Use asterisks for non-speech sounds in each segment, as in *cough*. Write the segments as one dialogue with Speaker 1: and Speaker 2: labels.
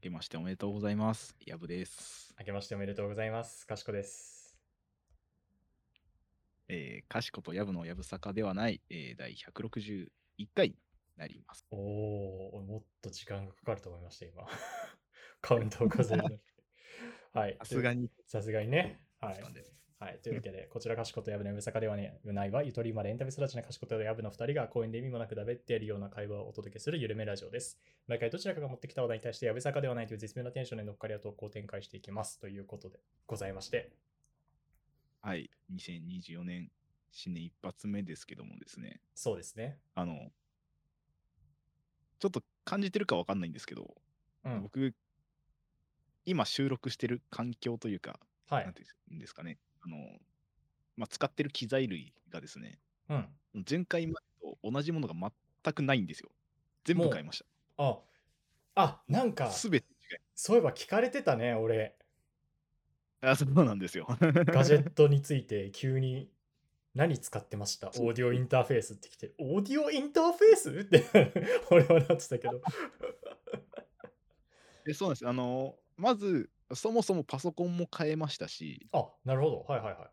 Speaker 1: けましておめでとうございます。やぶです。
Speaker 2: 明けましておめでとうございます。かしこです。
Speaker 1: えー、かしことやぶのやぶさかではない、えー、第161回になります。
Speaker 2: おお、もっと時間がかかると思いました、今。 *laughs* カウントを数える
Speaker 1: *laughs*
Speaker 2: のに。はい。
Speaker 1: さすが
Speaker 2: に。
Speaker 1: に。
Speaker 2: さすがにね。はい
Speaker 1: なん。で
Speaker 2: はい、というわけで、こちらかしことやぶのやぶさかではねないわ、ゆとりまでエンタメ育ちなかしことやぶの2人が公園で意味もなくだべっているような会話をお届けするゆるめラジオです。毎回どちらかが持ってきた話題に対してやぶさかではないという絶妙なテンションで乗っかりや投稿を展開していきますということでございまして、
Speaker 1: はい。2024年新年一発目ですけどもですね。
Speaker 2: そうですね。
Speaker 1: あの、ちょっと感じてるかわかんないんですけど、
Speaker 2: うん。
Speaker 1: 僕、今収録してる環境というか、
Speaker 2: は
Speaker 1: なん
Speaker 2: い。
Speaker 1: ていうんですかね。あの、まあ、使ってる機材類がですね、
Speaker 2: うん。
Speaker 1: 前回までと同じものが全くないんですよ。全部
Speaker 2: もう
Speaker 1: 買いました。
Speaker 2: あ、あ、なんか、
Speaker 1: すべて違い
Speaker 2: そういえば聞かれてた
Speaker 1: *laughs*
Speaker 2: ね、俺。
Speaker 1: あ、そうなんですよ。 *laughs*
Speaker 2: ガジェットについて急に何使ってましたオーディオインターフェースってきて、オーディオインターフェースって *laughs* 俺はなってたけど。
Speaker 1: でそうなんです。あの、まず、そもそもパソコンも変えましたし、
Speaker 2: あ、なるほど。はいはいはい。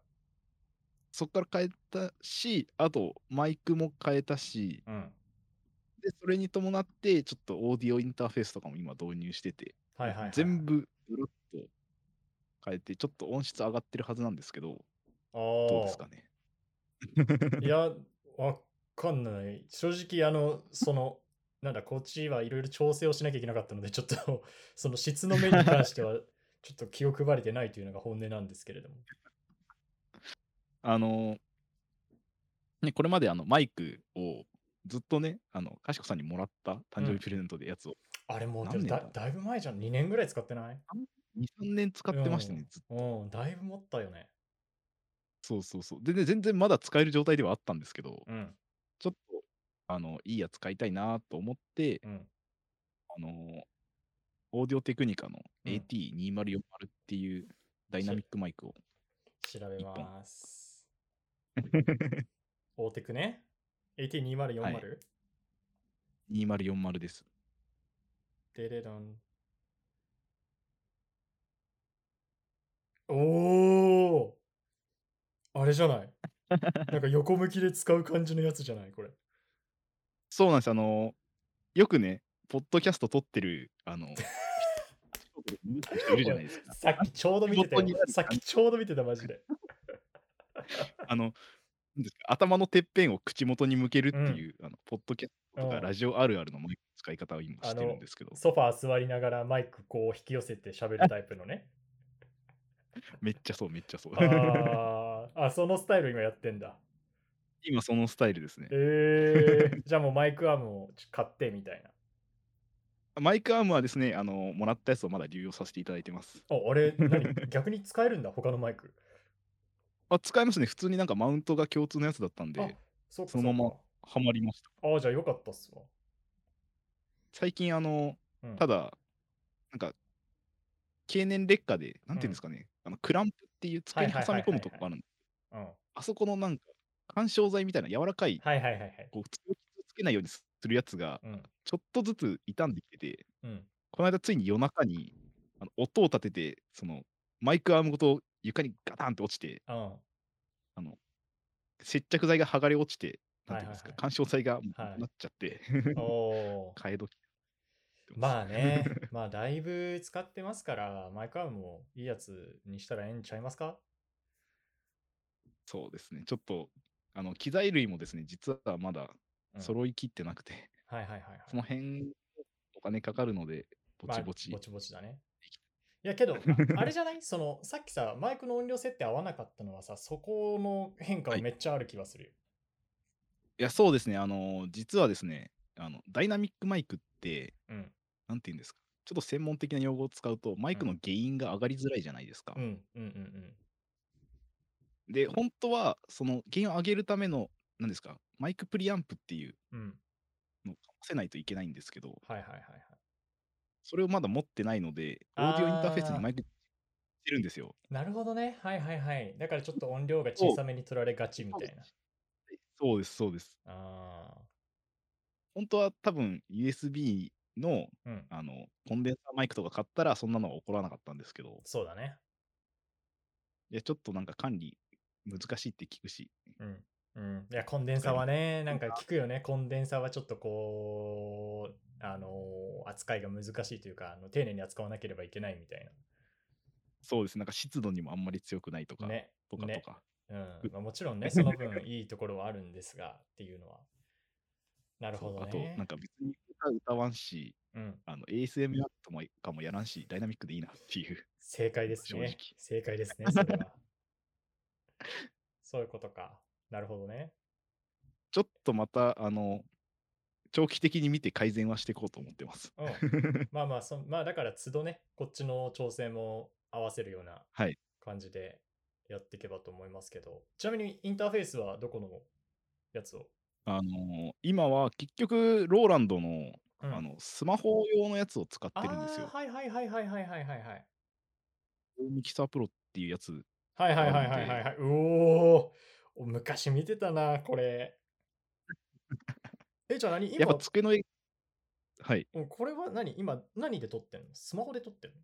Speaker 1: そこから変えたし、あと、マイクも変えたし、
Speaker 2: うん。
Speaker 1: で、それに伴って、ちょっとオーディオインターフェースとかも今導入してて、
Speaker 2: はいはい、はい。
Speaker 1: 全。部、ブロッと変えて、ちょっと音質上がってるはずなんですけど、
Speaker 2: あ
Speaker 1: どうですか
Speaker 2: あ。
Speaker 1: ね。
Speaker 2: いや、わかんない。正直、あの、その、なんだ、こっちはいろいろ調整をしなきゃいけなかったので、ちょっと、その質の面に関して
Speaker 1: *laughs*
Speaker 2: は、ちょっと気を配れてないというのが本音なんですけれども。
Speaker 1: あの、ね、これまであのマイクをずっとね、あの、かしこさんにもらった誕生日プレゼントでやつを
Speaker 2: あれもうで
Speaker 1: 何
Speaker 2: も
Speaker 1: 年だ
Speaker 2: だ、だいぶ前じゃん。2年ぐらい使ってない
Speaker 1: 2、3年使ってましたね、ずっと
Speaker 2: うん、だいぶ持ったよね。
Speaker 1: そうそうそう。で、ね、全然まだ使える状態ではあったんですけど、
Speaker 2: うん、
Speaker 1: ちょっと、あの、いいやつ買いたいなと思って、
Speaker 2: うん。
Speaker 1: あの、オーディオテクニカの
Speaker 2: うん
Speaker 1: AT2040 っていうダイナミックマイクを。
Speaker 2: 調べ
Speaker 1: *laughs*
Speaker 2: ます。大テクね。AT2040。
Speaker 1: はい2040です。
Speaker 2: デレロン。おーあれじ
Speaker 1: *laughs*
Speaker 2: ゃないなんか横向きで使う感じのやつじゃないこれ。
Speaker 1: そうなんです。あの、よくね、ポッドキャスト撮ってる、あの、人いるじゃないですか。
Speaker 2: さっきちょうど見てた
Speaker 1: 横に
Speaker 2: よ
Speaker 1: なる。感じ
Speaker 2: さっきちょうど見てた、
Speaker 1: *laughs*
Speaker 2: マジで。
Speaker 1: あの、なんですか頭のてっぺんを口元に向けるっていう、あのポッドキャストと
Speaker 2: う
Speaker 1: か
Speaker 2: ん
Speaker 1: ラジオあるあるのマイクの使い方を今してるんですけど、
Speaker 2: ソファー座りながらマイクこう引き寄せて喋るタイプ
Speaker 1: *laughs*
Speaker 2: のね。
Speaker 1: めっちゃそう、めっちゃそう。
Speaker 2: あーあ、そのスタイル今やってんだ。
Speaker 1: 今そのスタイルですね。
Speaker 2: えー、 *laughs* じゃあもうマイクアームを買ってみたいな。
Speaker 1: マイクアームはですね、あの、もらったやつをまだ流用させていただいてます。
Speaker 2: あ、あれ、
Speaker 1: *laughs*
Speaker 2: 何逆に使えるんだ、他のマイク。
Speaker 1: あ、使えますね。普通になんかマウントが共通のやつだったん
Speaker 2: あ
Speaker 1: で、、
Speaker 2: そうか。
Speaker 1: そのまま
Speaker 2: うか
Speaker 1: ハマりました。
Speaker 2: あじゃあよかったっすわ。
Speaker 1: 最近、あの、
Speaker 2: うん、
Speaker 1: ただ、なんか、経年劣化で、なんていうんですかね、あのクランプっていう机に
Speaker 2: はいは
Speaker 1: 挟
Speaker 2: いは
Speaker 1: み
Speaker 2: いはい
Speaker 1: 込
Speaker 2: は
Speaker 1: むと
Speaker 2: い
Speaker 1: こがあるんで、
Speaker 2: うん、はい
Speaker 1: あそこのなんか、干渉剤みたいな柔らかい、
Speaker 2: はいはいはい。
Speaker 1: こう、強くつけないようにするやつが、
Speaker 2: うん。
Speaker 1: ちょっとずつ傷んできてて、
Speaker 2: うん、
Speaker 1: この間ついに夜中に、あの音を立てて、その、マイクアームごと床にガタンって落ちて、
Speaker 2: うん。は
Speaker 1: *laughs* 接着剤が剥がれ落ちて、なんていうんですか、
Speaker 2: はいはいはい
Speaker 1: 干渉剤がもう
Speaker 2: はい
Speaker 1: なっちゃって、 *laughs*
Speaker 2: い。おー
Speaker 1: 替え時。
Speaker 2: まあね、まあだいぶ使ってますから、マイクアームもいいやつにしたらええんちゃいますか
Speaker 1: そうですね、ちょっと、あの、機材類もですね、実はまだ
Speaker 2: うん
Speaker 1: 揃いきってなくて、
Speaker 2: はいはいはいはい。
Speaker 1: その辺、お金かかるので、ぼちぼち。
Speaker 2: まあぼちぼちだね。いや
Speaker 1: *laughs*
Speaker 2: けど、ああれじゃないその、さっきさ、マイクの音量設定合わなかったのはさ、そこの変化
Speaker 1: は
Speaker 2: はいめっちゃある気がするよ。
Speaker 1: いや、そうですね、あの、実はですね、あの、ダイナミックマイクって、
Speaker 2: うん。
Speaker 1: なんていうんですか、ちょっと専門的な用語を使うと、マイクの原因が上がりづらいじゃないですか。
Speaker 2: うんうんうん
Speaker 1: で、本当は、その原因を上げるための、なんですか、マイクプリアンプっていう
Speaker 2: うん。うん。
Speaker 1: のをかぶせないといけないんですけど、
Speaker 2: はいはいはいはい。
Speaker 1: それをまだ持ってないので、オーディオインターフェースにマイクしてるんですよ。
Speaker 2: なるほどね。はいはいはい。だからちょっと音量が小さめに取られがちみたいな。
Speaker 1: そうです、そうです。
Speaker 2: ああ。
Speaker 1: 本当は多分 USB の
Speaker 2: うん。
Speaker 1: あのコンデンサーマイクとか買ったら、そんなのは起こらなかったんですけど、
Speaker 2: そうだね。
Speaker 1: いや、ちょっとなんか管理難しいって聞くし、
Speaker 2: うん。うん、いや、コンデンサーはね、なんか聞くよね。コンデンサーはちょっとこう、あのー扱いが難しいというか、あの丁寧に扱わなければいけないみたい
Speaker 1: そうです。なんか湿度にもあんまり強くないとか、
Speaker 2: な。ね。
Speaker 1: とかとか。
Speaker 2: ねうんまあ、もちろんね、その分いいところはあるんですが、っていうのは。なるほど
Speaker 1: *laughs* そうあ
Speaker 2: ね。
Speaker 1: と、なんか別に歌歌わんし、
Speaker 2: うん、
Speaker 1: あの ASMR ともかもやらんし、ダイナミックでいいなっていう。
Speaker 2: 正解です
Speaker 1: 正
Speaker 2: ね
Speaker 1: 直。
Speaker 2: 正解ですね、そ
Speaker 1: *laughs*
Speaker 2: れは。そういうことか。なるほどね。
Speaker 1: ちょっとまた、あの、長期的に見て改善はしていこうと思ってます。
Speaker 2: うん、まあまあそ、まあだから、都度ね、こっちの調整も合わせるような
Speaker 1: はい
Speaker 2: 感じでやっていけばと思いますけど、ちなみにインターフェースはどこのやつを、
Speaker 1: あの、今は結局、ローランドの,、
Speaker 2: うん
Speaker 1: あのスマホ用のやつを使っ
Speaker 2: あ
Speaker 1: てるんですよ
Speaker 2: ー。はいはいはいはいはいはいはいはい。
Speaker 1: ミキサープロっていうやつ。
Speaker 2: はいはいはいはいはいはい。うおーお昔見てたな、
Speaker 1: *laughs*
Speaker 2: これ。え、じゃあ何
Speaker 1: やっ
Speaker 2: 今
Speaker 1: ぱ、机の絵、はい。
Speaker 2: うんこれは何今、何で撮ってんのスマホで撮ってんの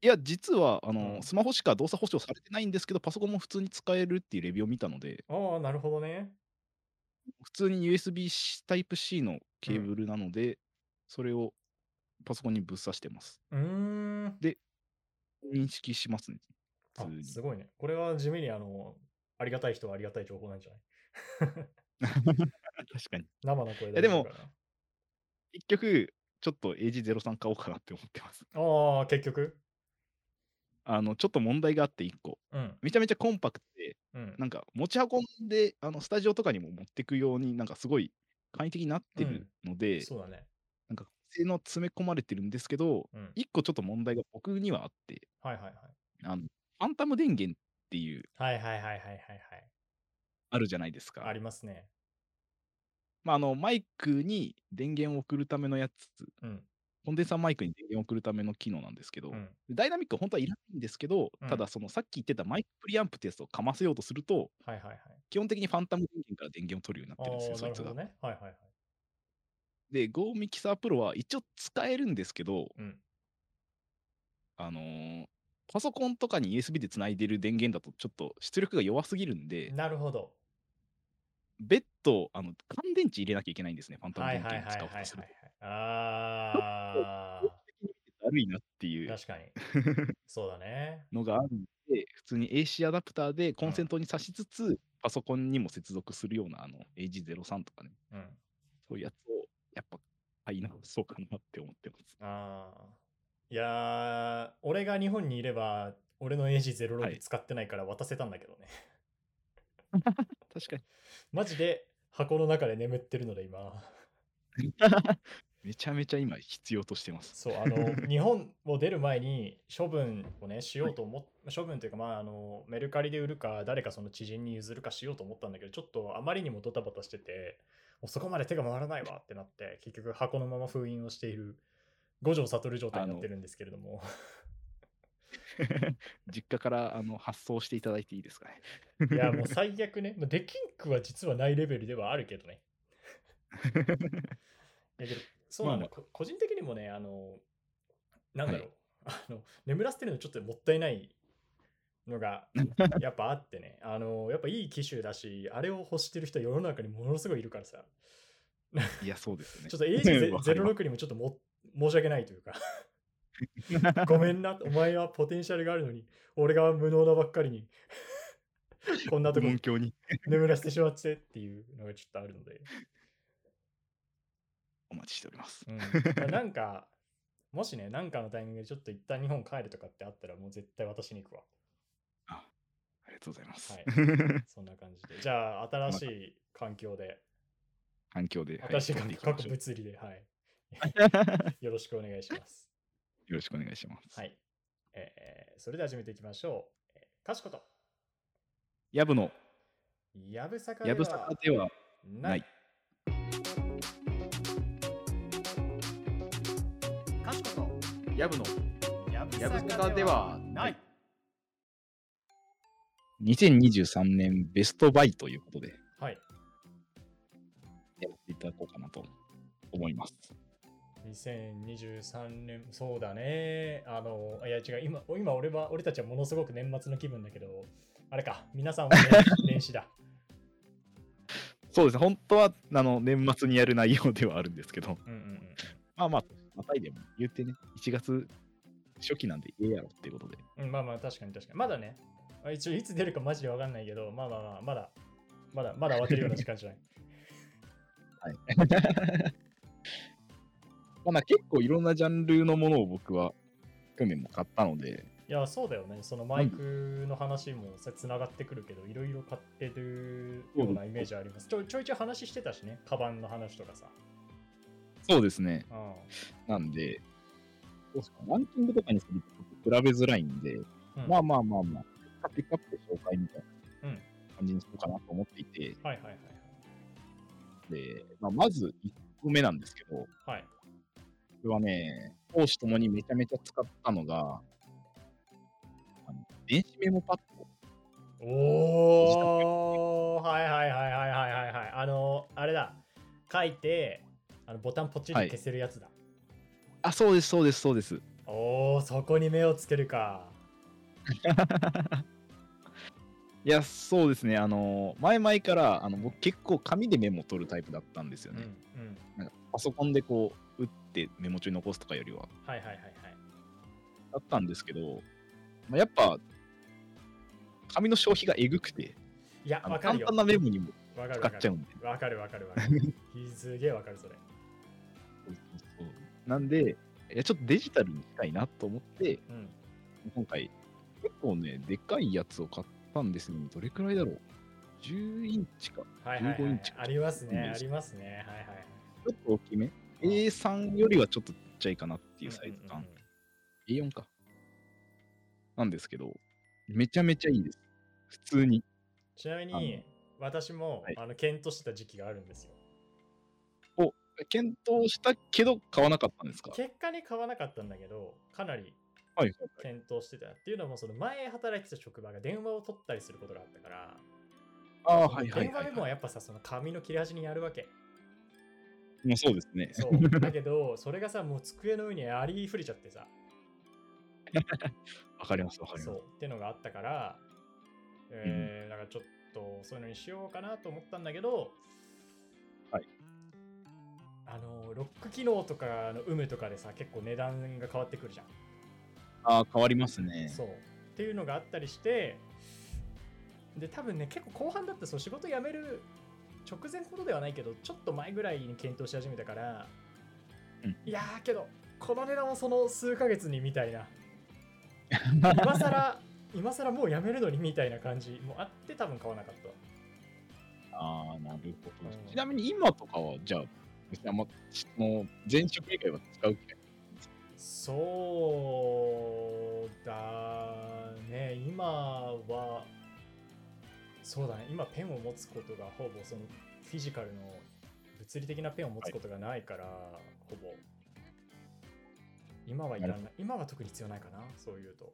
Speaker 1: いや、実は、あの、
Speaker 2: うん
Speaker 1: スマホしか動作保証されてないんですけど、パソコンも普通に使えるっていうレビューを見たので、
Speaker 2: ああ、なるほどね。
Speaker 1: 普通に USB Type-C のケーブルなので、それをパソコンにぶっ刺してます。
Speaker 2: うーん。
Speaker 1: 認識しますね。普
Speaker 2: あ
Speaker 1: 通に。
Speaker 2: すごいね。これは地味にあの、ありがたい人はありがたい情報なんじゃない
Speaker 1: *laughs* 確かに。
Speaker 2: 生の声
Speaker 1: えでも
Speaker 2: 大丈夫か
Speaker 1: 結局、ちょっと AG03 買おうかなって思ってます。
Speaker 2: なああ、結局。
Speaker 1: あの、ちょっと問題があって1個。
Speaker 2: うん。
Speaker 1: めちゃめちゃコンパクトで、
Speaker 2: うん。
Speaker 1: なんか持ち運んで、あの、スタジオとかにも持ってくように、なんかすごい簡易的になってるので、
Speaker 2: そうだね。
Speaker 1: なんか性能詰め込まれてるんですけど、
Speaker 2: うん。
Speaker 1: 1個ちょっと問題が僕にはあって、
Speaker 2: はいはいはい。
Speaker 1: あの、ファンタム電源っていう、
Speaker 2: はいはいはいはいはい
Speaker 1: あるじゃないですか。
Speaker 2: はい。ありますね。
Speaker 1: まあ、あのマイクに電源を送るためのやつ、
Speaker 2: うん。
Speaker 1: コンデンサーマイクに電源を送るための機能なんですけど、
Speaker 2: うん。
Speaker 1: ダイナミックは本当はいらないんですけど、
Speaker 2: うん
Speaker 1: ただそのさっき言ってたマイクプリアンプってやつをかませようとすると、
Speaker 2: はいはいはい。
Speaker 1: 基本的にファンタム電源から電源を取るようにな
Speaker 2: あ
Speaker 1: ってるんですよ、
Speaker 2: あ、
Speaker 1: そ
Speaker 2: ないる
Speaker 1: つ
Speaker 2: ほ
Speaker 1: が
Speaker 2: ど。ね。はいはいはい。
Speaker 1: で、Go ミキサープロは一応使えるんですけど、
Speaker 2: うん。
Speaker 1: あのーパソコンとかに USB でつないでる電源だとちょっと出力が弱すぎるんで、
Speaker 2: なるほど。
Speaker 1: 別途あの乾電池入れなきゃいけないんですね、ファンタム
Speaker 2: はい
Speaker 1: 電
Speaker 2: はいはい
Speaker 1: 源を
Speaker 2: はい
Speaker 1: 使おうと
Speaker 2: はい
Speaker 1: すると。
Speaker 2: はい。あ
Speaker 1: だるいなっていう
Speaker 2: あ、確かに。
Speaker 1: *laughs*
Speaker 2: そうだね。
Speaker 1: のがあるんで、普通に AC アダプターでコンセントに挿しつつ、パソコンにも接続するようなあの AG03 とかね、
Speaker 2: うん。
Speaker 1: そういうやつをやっぱ買い直そうかなって思ってます。
Speaker 2: ああ。いやー、俺が日本にいれば、俺の AG06、
Speaker 1: はい
Speaker 2: 使ってないから渡せたんだけどね。 *laughs*
Speaker 1: 確かに。
Speaker 2: マジで箱の中で眠ってるので今。 *laughs*
Speaker 1: めちゃめちゃ今必要としてます。
Speaker 2: そう、あ
Speaker 1: *laughs*
Speaker 2: の、日本を出る前に処分をね、しようと思っ、処分というか、まあ、あの、メルカリで売るか、誰かその知人に譲るかしようと思ったんだけど、ちょっとあまりにもドタバタしてて、もうそこまで手が回らないわってなって、結局箱のまま封印をしている、五条悟状態になってるんですけれども。
Speaker 1: *laughs* 実家からあの発送していただいていいですかね。
Speaker 2: いや、もう最悪ね。まあできんくは実はないレベルではあるけどね。いやけどそうなん
Speaker 1: ま
Speaker 2: だ、
Speaker 1: あ
Speaker 2: こ個人的にもね、あの、なんだ
Speaker 1: は
Speaker 2: ろう、あの、眠らせてるのちょっともったいないの
Speaker 1: *laughs*
Speaker 2: が、やっぱあってね、あの、やっぱいい機種だし、あれを欲してる人は世の中にものすごいいるからさ、
Speaker 1: いや、そうですよね。
Speaker 2: ちょっと
Speaker 1: *laughs* わかります
Speaker 2: AG06 にもちょっとも申し訳ないというか、 *laughs* ごめんな、お前はポテンシャルがあるのに、俺が無能なばっか
Speaker 1: *laughs*
Speaker 2: りに、こんなとこ
Speaker 1: 音響に。
Speaker 2: 眠らせてしまってっていうのがちょっとあるので、
Speaker 1: お待ちしております。
Speaker 2: うんだ
Speaker 1: *laughs*
Speaker 2: からなんかもしねなんかのタイミングでちょっと一旦日本帰るとかってあったらもう絶対私に行くわ
Speaker 1: ありがとうございます。
Speaker 2: はい
Speaker 1: *laughs*
Speaker 2: そんな感じでじゃあ新しい環境で
Speaker 1: 環境で。は
Speaker 2: 新しい
Speaker 1: やっ
Speaker 2: 環
Speaker 1: て
Speaker 2: 境
Speaker 1: いきま
Speaker 2: 各
Speaker 1: しょうよ
Speaker 2: 物理では
Speaker 1: *laughs*
Speaker 2: いよろしくお願いします
Speaker 1: ろしくお願いします。
Speaker 2: はい、えーそれでは始めていきましょう、えー、かしこと
Speaker 1: やぶの、
Speaker 2: やぶさかで
Speaker 1: やぶさ
Speaker 2: は
Speaker 1: かでは
Speaker 2: ないかしこ
Speaker 1: やぶの
Speaker 2: とやぶ
Speaker 3: やぶさかでは
Speaker 2: ない
Speaker 1: 2023年ベストバイということで
Speaker 2: はい
Speaker 1: やっていただこうかなと思います。
Speaker 2: 2023年、そうだね。あの、いや違う、今、今俺は、俺たちはものすごく年末の気分だけど、あれか、皆さんは *laughs* ね年始だ。
Speaker 1: そうですね、本当はあの年末にやる内容ではあるんですけど、
Speaker 2: うんうんうん。
Speaker 1: まあまあ、またいでも言ってね、1月初期なんでええやろっていうことで、
Speaker 2: うんまあまあ確かに確かに。まだね、あ一応いつ出るかマジでわかんないけど、まあまあまあ、まだ、まだ、まだ終わってるような時間じゃない。 *laughs*
Speaker 1: まあ、なんか結構いろんなジャンルのものを僕は去年も買ったので、
Speaker 2: いや、そうだよね。そのマイクの話もさつながってくるけど、いろいろ買ってるようなイメージあります。ちょちょいちょい話してたしね、カバンの話とかさ。
Speaker 1: そうですね、
Speaker 2: うん。
Speaker 1: なんで、どうですかランキングとかにすると比べづらいんで、
Speaker 2: うん
Speaker 1: まあまあまあまあ、ピックアップ紹介みたいな
Speaker 2: うん
Speaker 1: 感じにしようかなと思っていて、
Speaker 2: はいはいはい
Speaker 1: でまあ、まず1個目なんですけど、こ
Speaker 2: はい。はい。
Speaker 1: れはね、講師ともにめちゃめちゃ使ったのが、あの電子メモパッド。
Speaker 2: おーはいはいはいはいはいはいはい。あの、あれだ。書いて、あのボタンポチッ
Speaker 1: はい
Speaker 2: と消せるやつだ。
Speaker 1: あ、そうです、そうです、そうです。
Speaker 2: おー、そこに目をつけるか。
Speaker 1: いや、そうですね、あの、前々から、あの僕結構紙でメモ取るタイプだったんですよ
Speaker 2: うんう
Speaker 1: ね。
Speaker 2: ん。
Speaker 1: なんかパソコンでこう、打ってメモ帳に残すとかよりは。
Speaker 2: はいはいはいはい。
Speaker 1: だったんですけど、まあ、やっぱ、紙の消費がえぐくて、
Speaker 2: いや、
Speaker 1: あの
Speaker 2: わか
Speaker 1: 簡
Speaker 2: るよ。
Speaker 1: 単なメモにも
Speaker 2: わか
Speaker 1: 使
Speaker 2: るわ
Speaker 1: っ
Speaker 2: か
Speaker 1: ちゃ
Speaker 2: る
Speaker 1: う。んで。
Speaker 2: わかるわかるわかる。すげえわかるそれ。
Speaker 1: なんで、いやちょっとデジタルにしたいなと思って、
Speaker 2: うん。
Speaker 1: 今回、結構ね、でかいやつを買ったんですよ。どれくらいだろう ?10 インチか。
Speaker 2: はいはい、は
Speaker 1: 15イン
Speaker 2: い
Speaker 1: チ。
Speaker 2: ありますね、
Speaker 1: うん
Speaker 2: ありますね。はいはい。
Speaker 1: ちょっと大きめ。A3 よりはちょっとちっちゃいかなっていうサイズ
Speaker 2: うん
Speaker 1: 感。A4 か。なんですけど、めちゃめちゃいいです。普通に。
Speaker 2: ちなみ
Speaker 1: あ
Speaker 2: に
Speaker 1: の、
Speaker 2: 私も、
Speaker 1: はい
Speaker 2: あの検討してた時期があるんですよ。
Speaker 1: 検討したけど買わなかったんですか
Speaker 2: 結果に買わなかったんだけど、かなり
Speaker 1: はい。
Speaker 2: 検討してた。っていうのも、その前働いてた職場が電話を取ったりすることがあったから、
Speaker 1: ああ、はいはい
Speaker 2: 電話
Speaker 1: はい、
Speaker 2: でもやっぱさ、その紙の切れ端にやるわ
Speaker 1: *laughs*
Speaker 2: け。
Speaker 1: まあそうですね。
Speaker 2: そう。だけど、それがさ、もう机の上にありふれちゃってさ、
Speaker 1: わかりますわかります。
Speaker 2: そうってのがあったから、えー、だからちょっとそういうのにしようかなと思ったんだけど、
Speaker 1: はい。
Speaker 2: あの、ロック機能とかの有無とかでさ、結構値段が変わってくるじゃん。
Speaker 1: ああ、変わりますね。
Speaker 2: そう。っていうのがあったりして、で、多分ね、結構後半だってそう仕事辞める直前ほどではないけど、ちょっと前ぐらいに検討し始めたから、
Speaker 1: うん
Speaker 2: いやーけど、この値段をその数ヶ月にみた
Speaker 1: *laughs*
Speaker 2: いな。今更今更もうやめるのにみたいな感じもあって多分買わなかった
Speaker 1: ああ、なるほど、
Speaker 2: うん
Speaker 1: ちなみに今とかは、じゃあ、別にあんま、しもう前職以外は使う機会
Speaker 2: そうだね今はそうだね今ペンを持つことがほぼそのフィジカルの物理的なペンを持つことがないから、ほぼ今はいら
Speaker 1: な
Speaker 2: ない今は特に必要ないかなそういうと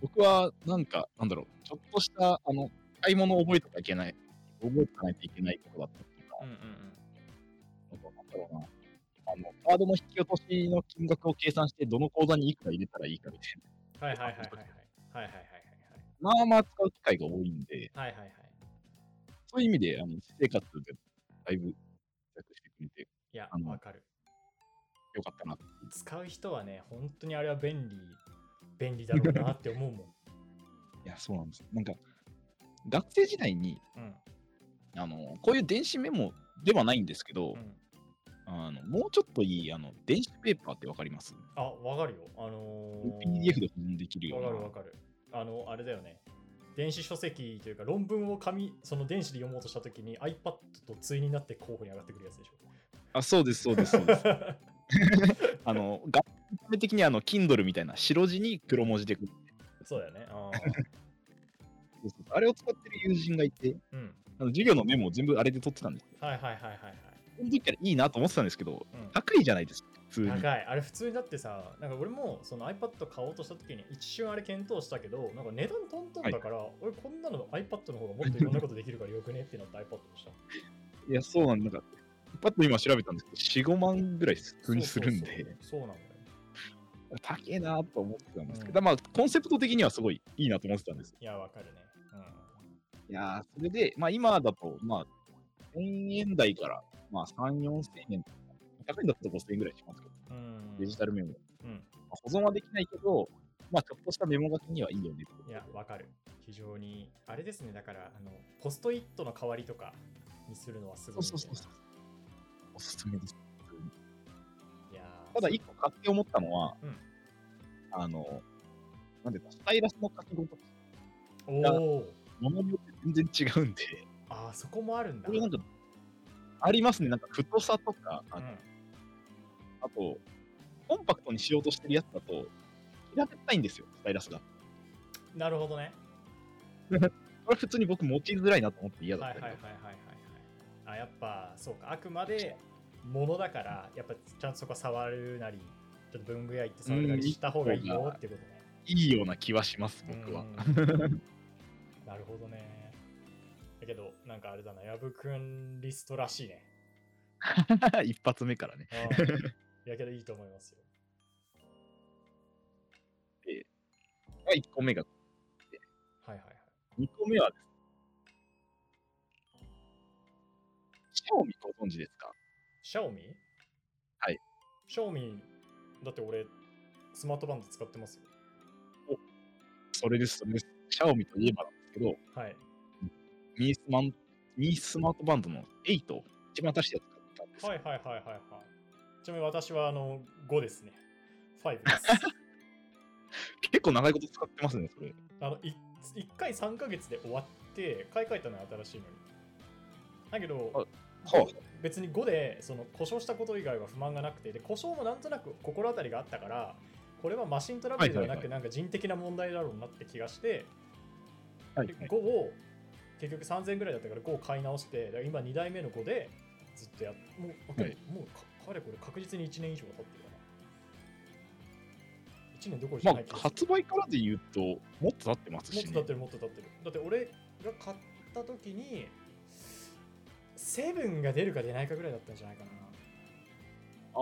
Speaker 1: 僕は、なんか、なんだろう、ちょっとした、あの、買い物を覚えとかいけない、覚えとかないといけないことだったりとか、
Speaker 2: うんうん
Speaker 1: なんだろうな。あの、カードの引き落としの金額を計算して、どの口座にいくら入れたらいいかみたいな。
Speaker 2: うんはいはいはいはいはいはいはい
Speaker 1: まあまあ使う機会が多いんで、
Speaker 2: はいはいはいはい
Speaker 1: そういう意味で、あの、私生活でだいぶ、楽してくれて
Speaker 2: いや
Speaker 1: あの
Speaker 2: わかる
Speaker 1: よかったなっていう
Speaker 2: 使う人はね、本当にあれは便利、便利だろうなって思うもん。
Speaker 1: いや、そうなんですよ。なんか、学生時代に、
Speaker 2: うん、
Speaker 1: あの、こういう電子メモではないんですけど、
Speaker 2: うん。
Speaker 1: あのもうちょっといい、あの、電子ペーパーってわかります
Speaker 2: あ、わかるよ。あのー
Speaker 1: ?PDF で保存できるような。
Speaker 2: わかるわかる。あの、あれだよね。電子書籍というか論文を紙、その電子で読もうとしたときに iPad と対になって候補に上がってくるやつでしょ。 *laughs*
Speaker 1: あ、そうです、そうです、そうです。あの、学生的にあの、Kindle みたいな白地に黒文字でこう
Speaker 2: そうだよね。あ
Speaker 1: *laughs* そうそうあれを使ってる友人がいて、
Speaker 2: ーうん。
Speaker 1: あの授業のメモを全部あれで取ってたんですよ。
Speaker 2: はいはいはいはいはい。
Speaker 1: その時からいいなと思ってたんですけど、
Speaker 2: うん
Speaker 1: 高いじゃないですか、普通に。
Speaker 2: 高いあれ普通にだってさなんか俺もその iPad 買おうとした時に一瞬あれ検討したけどなんか値段トントンだから、俺こんなの iPad の方がもっといろんなことできるからよくねってなって iPad にした
Speaker 1: いや、そうなんだ。なんかパッと今調べたんですけど、4、5万ぐらい普通にするんで、
Speaker 2: そうそうそうそうなんだよ
Speaker 1: 高えなと思ってたんですけ
Speaker 2: うん
Speaker 1: ど、まあ、コンセプト的にはすごいいいなと思ってたんです。
Speaker 2: いやわかるね
Speaker 1: いやーそれで、まあ、今だと、まあ、1000円台から、まあ、3、4000円とか、高いんだと5000円ぐらいしますけど、
Speaker 2: うん、うん、
Speaker 1: デジタルメモ。
Speaker 2: うん
Speaker 1: まあ保存はできないけど、まあ、ちょっとしたメモ書きにはいいよねってこと
Speaker 2: いやわかる非常にあれですねだからあのポストイットの代わりとかにするのはすごいいいんだよな
Speaker 1: そうそうそうおすすめです。
Speaker 2: いやー
Speaker 1: ただ、一個買って思ったのは、
Speaker 2: うん
Speaker 1: あの、なんでか、スタイラスの書き心と
Speaker 2: お
Speaker 1: や
Speaker 2: お
Speaker 1: ものによって全然違うん
Speaker 2: *laughs*
Speaker 1: で、
Speaker 2: あーそこもあるんだ
Speaker 1: これなんか、ありますね。なんか、太さとか、あ
Speaker 2: う
Speaker 1: の
Speaker 2: ん
Speaker 1: あと、コンパクトにしようとしてるやつだと、平べったいんですよ、スタイラスが。
Speaker 2: なるほどね
Speaker 1: これ普通に僕持ちづらいなと思って嫌だ
Speaker 2: は
Speaker 1: っ
Speaker 2: い
Speaker 1: た
Speaker 2: はい
Speaker 1: け
Speaker 2: は
Speaker 1: ど
Speaker 2: いはいはいはいあやっぱそうかあくまでものだからやっぱちゃんとそこは触るなりちょっと文具屋行って触るなりした方がいいよってことね
Speaker 1: いいような気はします、僕は。
Speaker 2: うんなるほどねだけどなんかあれだな矢部くんリストら
Speaker 1: *laughs*
Speaker 2: しいね
Speaker 1: 一発目からね。
Speaker 2: うんやけどいいと思いますよ
Speaker 1: が1個目が、
Speaker 2: はいはいはい
Speaker 1: 2個目はですね、シャオミご存知ですか
Speaker 2: シャオミ
Speaker 1: はい
Speaker 2: シャオミだって俺スマートバンド使ってますよ
Speaker 1: それです、それです。シャオミといえばなんですけど、
Speaker 2: はい
Speaker 1: ミースマンミースマートバンドの8を一番新しいやつ買ったんです。
Speaker 2: はいはいはいはいはい。ちなみに私はあの5ですね。5です。
Speaker 1: *laughs* 結構長いこと使ってますね、それ。
Speaker 2: あの 1, 回3ヶ月で終わって買い替えたのよ新しいのに。だけど、
Speaker 1: あは
Speaker 2: 別に5でその故障したこと以外は不満がなくてで故障もなんとなく心当たりがあったからこれはマシントラブルではな
Speaker 1: は
Speaker 2: く
Speaker 1: いはい
Speaker 2: なんか人的な問題だろうなって気がして、
Speaker 1: はい
Speaker 2: で5を結局3000円ぐらいだったから5を買い直してだから今2代目の5でずっとやっもうあけど
Speaker 1: はい
Speaker 2: もうかかれこれ確実に1年以上は経ってるかな1年どころじ
Speaker 1: ま
Speaker 2: ゃない
Speaker 1: あ、
Speaker 2: 気がする
Speaker 1: 発売からで言うと、もっと経ってます
Speaker 2: もっ
Speaker 1: し、
Speaker 2: と
Speaker 1: ね。
Speaker 2: 経ってるもっと経ってるだって俺が買った時にセブンが出るか出ないかぐらいだったんじゃないかな
Speaker 1: ああ。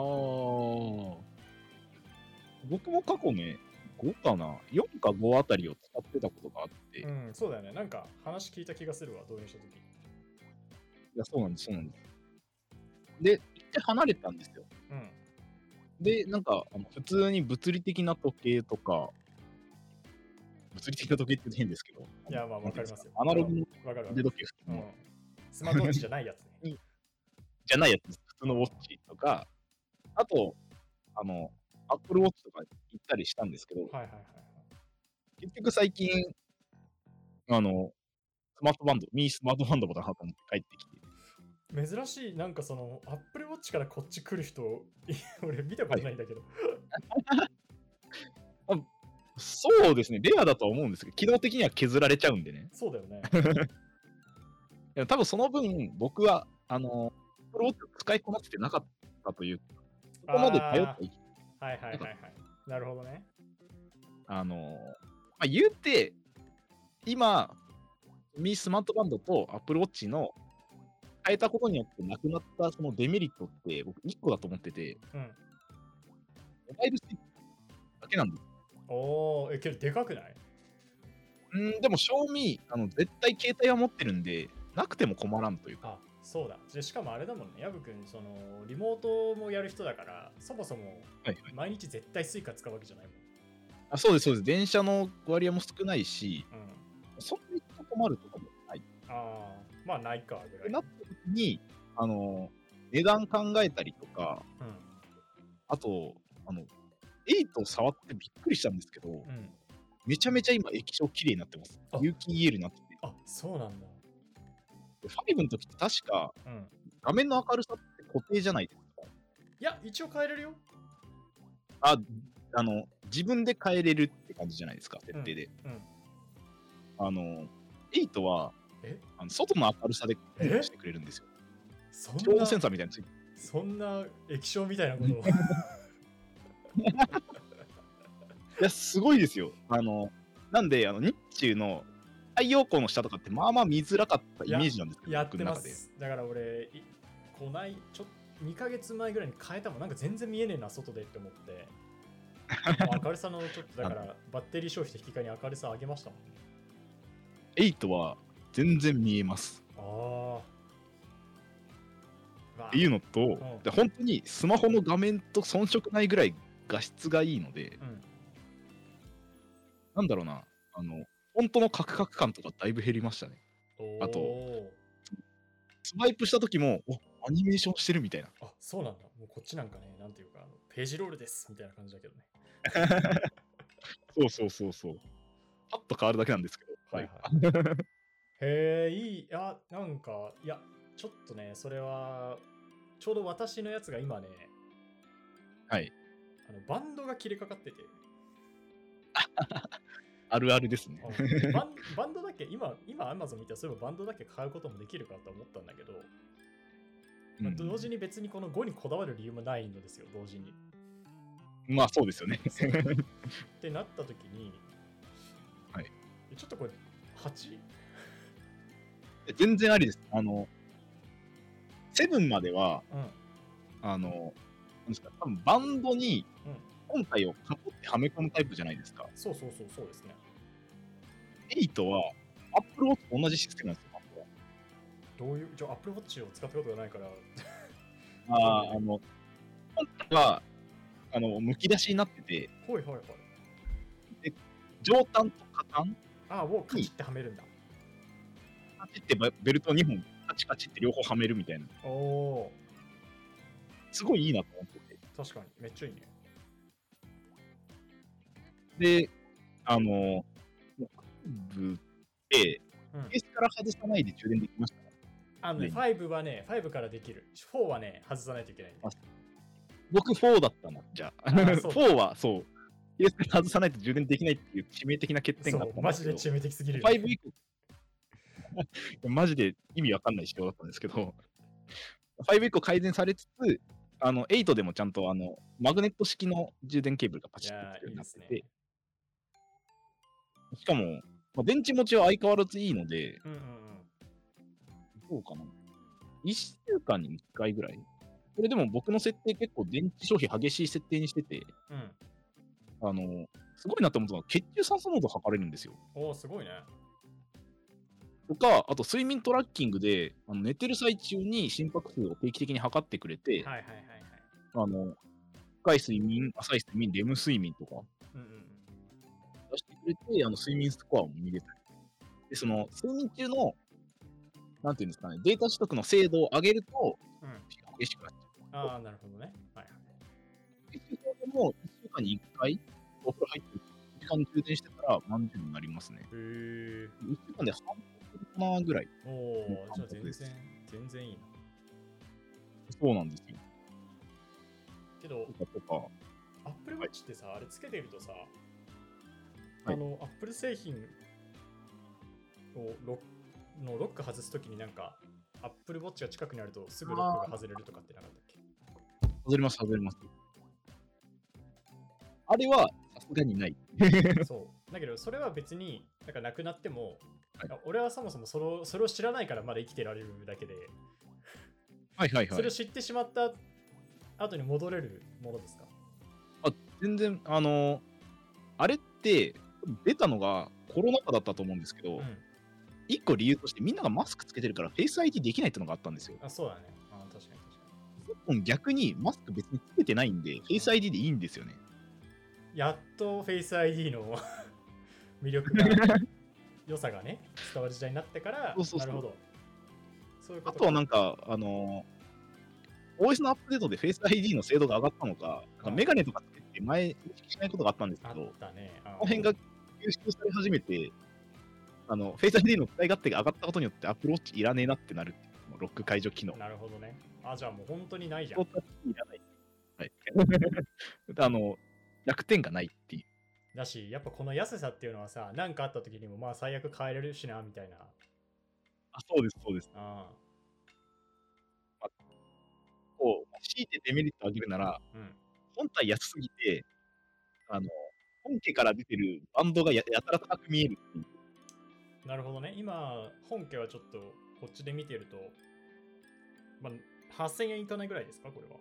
Speaker 1: 僕も過去ね、5かな ?4 か5あたりを使ってたことがあって、い
Speaker 2: うんそうだよねなんか話聞いた気がするわ導入した時
Speaker 1: や、そうなんです、そうなんです。で、一回離れたんですよ。
Speaker 2: うん
Speaker 1: で、なんか、あの普通に物理的な時計とか、物理的な時計って言うと変ですけど、
Speaker 2: いやまあ
Speaker 1: なん
Speaker 2: わ
Speaker 1: ていうんで
Speaker 2: かりますすよ
Speaker 1: アナログの
Speaker 2: わかるわか
Speaker 1: 腕
Speaker 2: る、
Speaker 1: 時計、う
Speaker 2: う、
Speaker 1: ん
Speaker 2: スマートウォッチじゃないやつね
Speaker 1: じゃないやつです、普通のウォッチとか、あと、あの、アップルウォッチとか行ったりしたんですけど、
Speaker 2: はいはいはいはい
Speaker 1: 結局最近、あの、スマートバンド、ミースマートバンドボタンハートに帰ってきて、
Speaker 2: 珍しいなんかそのアップルウォッチからこっち来る人 *laughs* いや俺見たことないんだけど、
Speaker 1: そうですね、レアだとは思うんですけど、機能的には削られちゃうんでね。
Speaker 2: そうだよ
Speaker 1: *laughs*
Speaker 2: ね
Speaker 1: いや多分その分、僕は、あの、プロを使いこなせてなかったというか、そこまで頼って生きて
Speaker 2: はいはいはいはいなるほどね
Speaker 1: あの、まあ、言うて、今、ミースマートバンドとアップルウォッチの変えたことによってなくなったそのデメリットって、僕1個だと思ってて、
Speaker 2: うん
Speaker 1: モバイルスイッチだけなんですよ
Speaker 2: おおえけどでかくない
Speaker 1: うん、でも、賞味、あの、絶対携帯は持ってるんで、なくても困らんというか。
Speaker 2: あそうだでしかもあれだもんね、ヤブ君、そのリモートもやる人だから、そもそも
Speaker 1: はいはい。
Speaker 2: 毎日絶対スイカ使うわけじゃないもん。
Speaker 1: あそうです、そうです。電車の割合も少ないし、
Speaker 2: うん、
Speaker 1: そんなに困るとかもない。
Speaker 2: ああ、まあないかぐ
Speaker 1: っ
Speaker 2: ら
Speaker 1: て
Speaker 2: い。
Speaker 1: なった時に、あの、値段考えたりとか、
Speaker 2: う
Speaker 1: あと、あの、8を触ってびっくりしたんですけど、
Speaker 2: んうん、
Speaker 1: めちゃめちゃ今液晶綺麗になってます
Speaker 2: あ。
Speaker 1: 有機 EL になってて。
Speaker 2: あそうなんだ。
Speaker 1: で5の時って確か
Speaker 2: うん、
Speaker 1: 画面の明るさって固定じゃないですか。
Speaker 2: いや、一応変えれるよ。
Speaker 1: あ、あの、自分で変えれるって感じじゃないですか、設定で。
Speaker 2: うん、
Speaker 1: あの、8は
Speaker 2: え、
Speaker 1: あの外の明るさで
Speaker 2: え
Speaker 1: 変化してくれるんですよ。
Speaker 2: そ
Speaker 1: 超
Speaker 2: ん
Speaker 1: 音
Speaker 2: な、
Speaker 1: センサーみたいなのついてる
Speaker 2: そんな液晶みたいなことを。
Speaker 1: いや、すごいですよ。あの、なんで、あの、日中の太陽光の下とかって、まあまあ見づらかったイメージなんですけど、
Speaker 2: やって
Speaker 1: 僕の
Speaker 2: ま
Speaker 1: 中で。
Speaker 2: す。だから俺、いこない、ちょ2ヶ月前ぐらいに変えたもんなんか全然見えねえな、外でって
Speaker 1: *laughs*
Speaker 2: 思って。もう明るさのちょっとだからバッテリー消費と引き換えに明るさ上げましたもんね。
Speaker 1: 8は全然見えます。
Speaker 2: ああ。ま
Speaker 1: っていうのと、
Speaker 2: ん
Speaker 1: で本当にスマホの画面と遜色ないぐらい画質がいいので、
Speaker 2: うん
Speaker 1: なんだろうな、あの、本当のカクカク感とかだいぶ減りましたね。
Speaker 2: おー
Speaker 1: あとスワイプした時も、おアニメーションしてるみたいな。
Speaker 2: あそうなんだ。もうこっちなんかね、なんていうか、あのページロールですみたいな感じだけどね。
Speaker 1: そうそうそうそう。パッと変わるだけなんですけど。
Speaker 2: はい
Speaker 1: はい、
Speaker 2: へえ、いい。あ、なんか、いや、ちょっとね、それは、ちょうど私のやつが今ね、
Speaker 1: はい。
Speaker 2: あのバンドが切れかかってて、
Speaker 1: あるあるですね。
Speaker 2: あのでバンバンドだけ、今、今 Amazon 見たら、そういえばバンドだけ買うこともできるかと思ったんだけど、ま
Speaker 1: う
Speaker 2: あ
Speaker 1: ん
Speaker 2: 同時に別にこの5にこだわる理由もないのですよ、
Speaker 1: *laughs*
Speaker 2: 同時に。
Speaker 1: まあそうですよね。 *laughs*
Speaker 2: ってなった時に、
Speaker 1: はい
Speaker 2: ちょっとこれ 8?
Speaker 1: 全然ありです。あの、セブンまでは、
Speaker 2: うん。
Speaker 1: あの、なんですか、多分バンドに
Speaker 2: うん
Speaker 1: 本体を囲ってはめ込むタイプじゃないですか。
Speaker 2: そうそうそうそうですね。
Speaker 1: 8は、アップル Watch と同じシステムなんですよ。
Speaker 2: どういう、じゃあ Apple Watch を使ったことがないから、
Speaker 1: ああー、あの、本体は、あの、むき出しになってて、
Speaker 2: ほいほいほい。
Speaker 1: 上端と下端、
Speaker 2: ああ、をカチってはめるんだ。
Speaker 1: カチってベベルト2本、カチカチって両方はめるみたいな、
Speaker 2: おお
Speaker 1: すごいいいなと思ってて。
Speaker 2: ー、確かに、めっちゃいいね。
Speaker 1: で、あの、5って、
Speaker 2: うん
Speaker 1: ケースから外さないで充電できました。
Speaker 2: あのね、5はね、5からできる。4はね、外さないといけないんだ。
Speaker 1: 僕4だったな、じゃあ。
Speaker 2: ーそう
Speaker 1: 4はそう。ケースから外さないと充電できないっていう致命的な欠点
Speaker 2: そ
Speaker 1: があった
Speaker 2: う、
Speaker 1: んで
Speaker 2: マ
Speaker 1: す
Speaker 2: ジ
Speaker 1: け
Speaker 2: で
Speaker 1: ど。
Speaker 2: 致命的すぎるよ。
Speaker 1: 5以 *laughs* 降。マジで意味わかんない仕様だったんですけど、5以降改善されつつ、あの8でもちゃんとあのマグネット式の充電ケーブルがパ
Speaker 2: い
Speaker 1: チッと
Speaker 2: や
Speaker 1: つくよ
Speaker 2: ー、
Speaker 1: う
Speaker 2: いい
Speaker 1: になっ
Speaker 2: です
Speaker 1: て
Speaker 2: ね
Speaker 1: て、。しかも、まあ、電池持ちは相変わらずいいので、
Speaker 2: うんうんうん。
Speaker 1: どうかな。1週間に1回ぐらい。これでも僕の設定結構電池消費激しい設定にしてて、
Speaker 2: うん。
Speaker 1: あの、すごいなって思ったのは血中酸素濃度測れるんですよ。
Speaker 2: おお、すごいね。
Speaker 1: とか、あと睡眠トラッキングで、あの寝てる最中に心拍数を定期的に測ってくれて、
Speaker 2: はいはいはいはい。
Speaker 1: あの、深い睡眠、浅い睡眠、レム睡眠とか
Speaker 2: うんうんうん。
Speaker 1: 出してくれて、あの睡眠スコアも見れたり。で、その、睡眠中の、なんていうんですかね、データ取得の精度を上げると、
Speaker 2: うん
Speaker 1: 激しくなっちゃう。
Speaker 2: ああ、なるほどね。はいはい。
Speaker 1: 練習法でも1週間に1回、お風呂入って、時間充電してたら満充になりますね。
Speaker 2: へー
Speaker 1: 1週間で半分するかなぐらい。
Speaker 2: おお、じゃ
Speaker 1: 韓
Speaker 2: あ全
Speaker 1: 国です
Speaker 2: 然、全然いいな。
Speaker 1: そうなんですよ。
Speaker 2: けど、
Speaker 1: とかとか、
Speaker 2: Apple Watch ってさ、あれつけてるとさ、
Speaker 1: い
Speaker 2: あの、Apple 製品をロックのロック外すときになんか、Apple Watch が近くにあるとすぐロックが外れるとかってなかったっけ
Speaker 1: 外れます、外れます。あれはさすがにない。 *laughs*
Speaker 2: そう。だけど、それは別に、なんかなくなっても、
Speaker 1: はい
Speaker 2: あ俺はそもそもそれをそれを知らないからまだ生きてられるだけで、
Speaker 1: はいはい
Speaker 2: それを知ってしまった後に戻れるものですか
Speaker 1: 全然、あのーあれって、出たのがコロナ禍だったと思うんですけど、
Speaker 2: うん。
Speaker 1: 一個理由としてみんながマスクつけてるからフェイス ID できないってのがあったんですよ。
Speaker 2: あ、そうだね。あ確かに確か
Speaker 1: 逆にマスク別につけてないんで、フェイス ID でいいんですよね。
Speaker 2: に。やっと Face ID の *laughs* 魅
Speaker 1: *laughs*
Speaker 2: 力が、良さがね、伝わる時代になってから、
Speaker 1: そうそうそう
Speaker 2: なるほど。そういうこ
Speaker 1: あ
Speaker 2: と
Speaker 1: とはなん
Speaker 2: か、
Speaker 1: か、あのー、OS のアップデートで Face ID の精度が上がったのか、なんかメガネとかつけて前、認識しないことがあったんですけ
Speaker 2: あ
Speaker 1: ど、
Speaker 2: っ
Speaker 1: こ
Speaker 2: たね。こ
Speaker 1: の
Speaker 2: の
Speaker 1: 辺が吸収され始めて、あの、Face ID の使い勝手が上がったことによって、アップローチいらねえなってなるっていうロック解除機能。
Speaker 2: なるほどね。あ、じゃあもう本当にないじゃ
Speaker 1: ロッ
Speaker 2: ん。
Speaker 1: クいらない。はい。 *laughs* あの、弱点がないっていう。
Speaker 2: だし、やっぱこの安さっていうのはさ、何かあった時にも、まあ最悪変えれるしな、みたいな。
Speaker 1: あ、そうです、そうです。
Speaker 2: あ
Speaker 1: こう、強いてデメリットを上げるなら、
Speaker 2: あうん。
Speaker 1: 本体安すぎて、あの、本家から出てるバンドがややたら高く見えるっていう。
Speaker 2: なるほどね。今、本家はちょっとこっちで見てると、まあ、 8000円いかないぐらいですか、これは。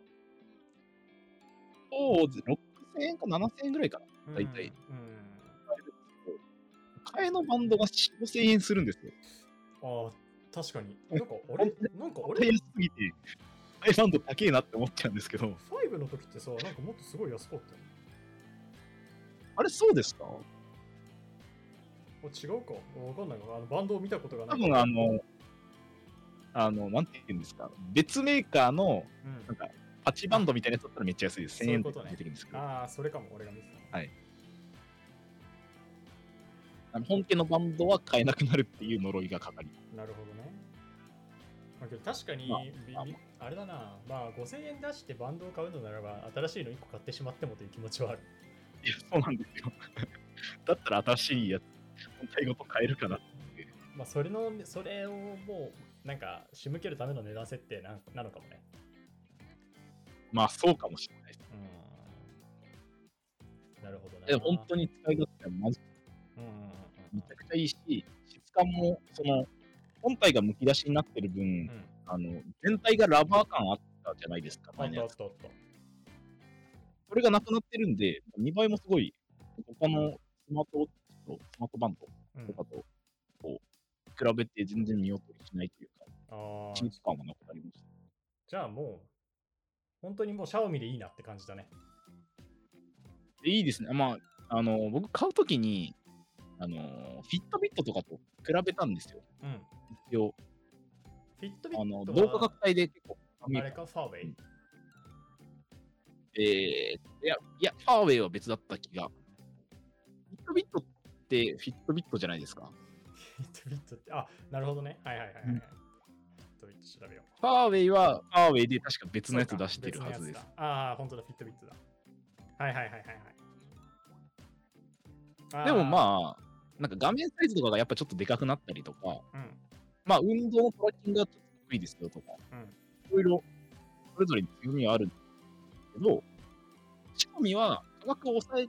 Speaker 1: そうです6000円か7000円ぐらいかな。大体
Speaker 2: うん。
Speaker 1: 替えのバンドが4、5000円するんですよ。
Speaker 2: うん、ああ、確かに。なんかあれ
Speaker 1: *laughs*
Speaker 2: なんかあれ
Speaker 1: 安すぎて、替えバンド高えなって思っちゃうんですけど、
Speaker 2: 5の時ってさ、なんかもっとすごい安かったよね
Speaker 1: あれそうですか
Speaker 2: あ違うか。わかんないわあのバンドを見たことがな
Speaker 1: 多
Speaker 2: い。
Speaker 1: 分あの、あの、なんて言うんですか、別メーカーの
Speaker 2: うん
Speaker 1: なんかパチバンドみたいなやつだったらめっちゃ安いです。
Speaker 2: そう
Speaker 1: 1000
Speaker 2: い
Speaker 1: 円
Speaker 2: う
Speaker 1: と
Speaker 2: こと
Speaker 1: か
Speaker 2: ね
Speaker 1: 出てくるんですけど、
Speaker 2: ああ、それかも、俺が見てたの。
Speaker 1: あの本家のバンドは買えなくなるっていう呪いがかかり。
Speaker 2: なるほどね。まあ、けど確かに、
Speaker 1: まあ
Speaker 2: ビ
Speaker 1: まあ
Speaker 2: ビあれだな、まあ、5000円出してバンドを買うのならば、新しいの1個買ってしまってもという気持ちはある。
Speaker 1: いや、 *laughs* そうなんですよ。 *laughs* だったら新しいやつ、本体ごと買えるかなって。
Speaker 2: まあ、それの、それをもう、なんか、仕向けるための値段設定ななのかもね。
Speaker 1: まあ、そうかもしれないです。
Speaker 2: うん。なるほどね。
Speaker 1: でも本当に使い勝手がマジ
Speaker 2: うんうんうん
Speaker 1: めちゃくちゃいいし、質感も、その、本体がむき出しになってる分、
Speaker 2: うん。うん。
Speaker 1: あの、全体がラバー感あったじゃないですか、
Speaker 2: あ
Speaker 1: 前
Speaker 2: っ
Speaker 1: の
Speaker 2: たあ
Speaker 1: や
Speaker 2: っ
Speaker 1: つ。
Speaker 2: たあった。
Speaker 1: それがなくなってるんで、見栄えもすごい、他のスマートウォッチとスマートバンド
Speaker 2: うん
Speaker 1: とかと、こう、比べて全然見劣りしないというか、
Speaker 2: あー
Speaker 1: チープ感はなくなりました。
Speaker 2: じゃあもう、本当にもうシャオミでいいなって感じだね。
Speaker 1: でいいですね。まあ、あの、僕買うときに、あの、フィットビットとかと比べたんですよ。
Speaker 2: うん。
Speaker 1: 一応、
Speaker 2: フィットビ
Speaker 1: あの、
Speaker 2: ット
Speaker 1: 同価格帯で結構、
Speaker 2: あれか、ファーウェ *laughs* イ。
Speaker 1: えーいや、いや、ファーウェイは別だった気が。フィットビットってフィットビットじゃないですか。
Speaker 2: フィットビットって、あ、なるほどね。はいはいはいはい。
Speaker 1: うん
Speaker 2: フィットビット調べよう。
Speaker 1: ファーウェイはファーウェイで確か別のやつ出してるはずです。
Speaker 2: そうか別のやつだああ、本当だ、フィットビットだ。はいはいはいはいはい。
Speaker 1: でも
Speaker 2: あ
Speaker 1: まあ、なんか画面サイズとかがやっぱちょっとでかくなったりとか、
Speaker 2: ー、うん。
Speaker 1: まあ運動のトラッキングがちょっと得意ですよとか、
Speaker 2: うん
Speaker 1: いろいろそれぞれに強みはあるんですけど、仕込みは価格を抑え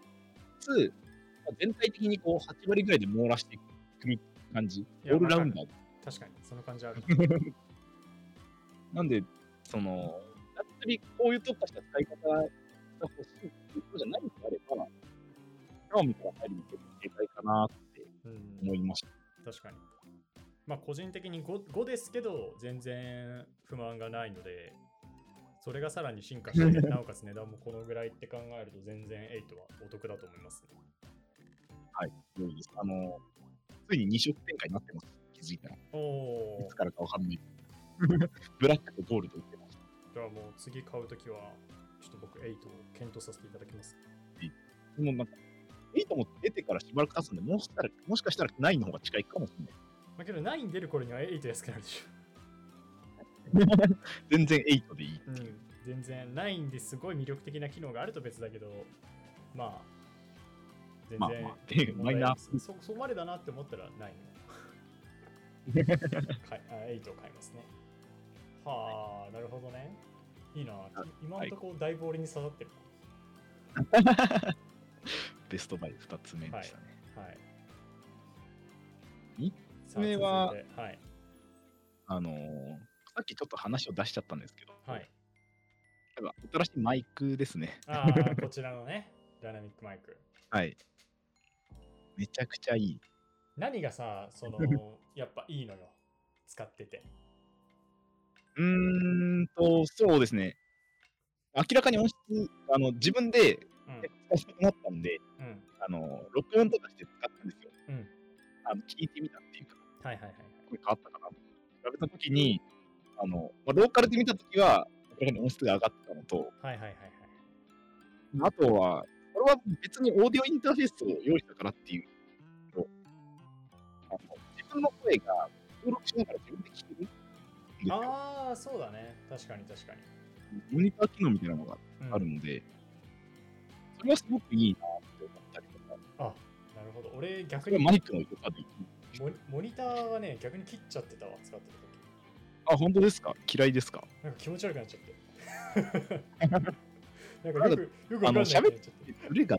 Speaker 1: つつ、まあ全体的にこう8割ぐらいで網羅してくる感じ、
Speaker 2: い
Speaker 1: オ
Speaker 2: や
Speaker 1: ールラウンダー
Speaker 2: 確かに、その
Speaker 1: *laughs*
Speaker 2: 感じある。
Speaker 1: なんで、その、やっぱりこういう特化した使い方が欲しいっていうことじゃないのであれば、興味から入るのって正解かなって
Speaker 2: うん、
Speaker 1: 思いました。
Speaker 2: 確かに。まあ、個人的に 5, 5ですけど、全然不満がないので、それがさらに進化
Speaker 1: *laughs*
Speaker 2: して、なおかつ値段もこのぐらいって考えると、全然8はお得だと思いますね、
Speaker 1: 良いですあの、ついに2色展開になってます。気づいたら。い
Speaker 2: おお
Speaker 1: つ、からかわかんない。ブラックとゴールド売ってました。
Speaker 2: じゃあもう次買うときは、ちょっと僕8を検討させていただきます。
Speaker 1: もうなんか、いいと思って出てからしばらく経つんで、もしかしたら、もしかしたらないの方が近いかもしれない。
Speaker 2: まあ、けど9に出る頃には8安くなるでしょ。
Speaker 1: 全然8でいい。
Speaker 2: うん、全然9ですごい魅力的な機能があると別だけど、まあ、全
Speaker 1: まあまあっていう
Speaker 2: 然
Speaker 1: マイナー
Speaker 2: 問題ないそそこまでだなって思ったら9を。
Speaker 1: *laughs*
Speaker 2: はい、あ8を買いますね。はあ、なるほどね。いいな。今のところだいぶ俺に刺さってる。
Speaker 1: ベストバイ2つ目でしたね。
Speaker 2: はい。
Speaker 1: 三
Speaker 2: つ
Speaker 1: つ目は
Speaker 2: はい。
Speaker 1: あのーさっきちょっと話を出しちゃったんですけど、
Speaker 2: はい。
Speaker 1: やっぱ新しいマイクですね。
Speaker 2: あ
Speaker 1: *laughs*
Speaker 2: あ、こちらのね、ダイナミックマイク。
Speaker 1: はい。めちゃくちゃいい。
Speaker 2: 何がさ、そ
Speaker 1: *laughs*
Speaker 2: の、やっぱいいのよ。使ってて。
Speaker 1: うーんと、そうですね。明らかに音質、あの自分で
Speaker 2: うん。
Speaker 1: 使いたくなったんで、
Speaker 2: うん。
Speaker 1: あの録音とかして使ったんですよ。
Speaker 2: うん。
Speaker 1: あの聞いてみたっていうか、
Speaker 2: はいはいはい。
Speaker 1: これ変わったかな。比べたときに、あのまあ、ローカルで見たときは、明らかに音質が上がったのと、
Speaker 2: はいはいはいはい。
Speaker 1: あとは、これは別にオーディオインターフェースを用意したからっていうと、あの自分の声が登録しながら自分で聞けるんですよ。
Speaker 2: ああ、そうだね。確かに確かに。
Speaker 1: モニター機能みたいなのが
Speaker 2: うん
Speaker 1: あるので、それはすごくいいなって思ったりとか、
Speaker 2: あなるほど。俺
Speaker 1: そ
Speaker 2: 逆
Speaker 1: れ
Speaker 2: に
Speaker 1: はマイクの良さで。
Speaker 2: モニモニターはね、逆に切っちゃってたわ、使ってた時。
Speaker 1: あ、本当ですか嫌いですか
Speaker 2: なんか気持ち悪くなっちゃ
Speaker 1: *laughs*
Speaker 2: って。なんかよく、よくわか
Speaker 1: あの
Speaker 2: んないくなっちゃって。
Speaker 1: それが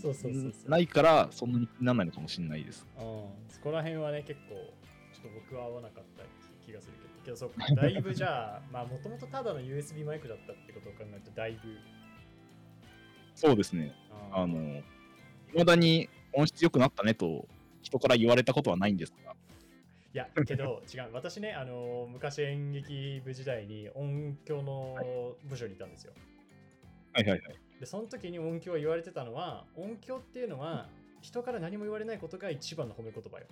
Speaker 2: そうそうそうそう。
Speaker 1: ないから、そんなに気にならないのかもしれないです。
Speaker 2: うん、そこら辺はね、結構、ちょっと僕は合わなかった気がするけど、けどそうか、だいぶじゃあ、まあ、もともとただの USB マイクだったってことを考えると、だいぶ、
Speaker 1: そうですね。
Speaker 2: あー
Speaker 1: あの、未だに音質良くなったねと人から言われたことはないんですが、
Speaker 2: いや、けど、違う、私ね、あの、昔演劇部時代に音響の部署にいたんですよ。
Speaker 1: はいはいはい。
Speaker 2: で、その時に音響を言われてたのは、音響っていうのは、人から何も言われないことが一番の褒め言葉よ。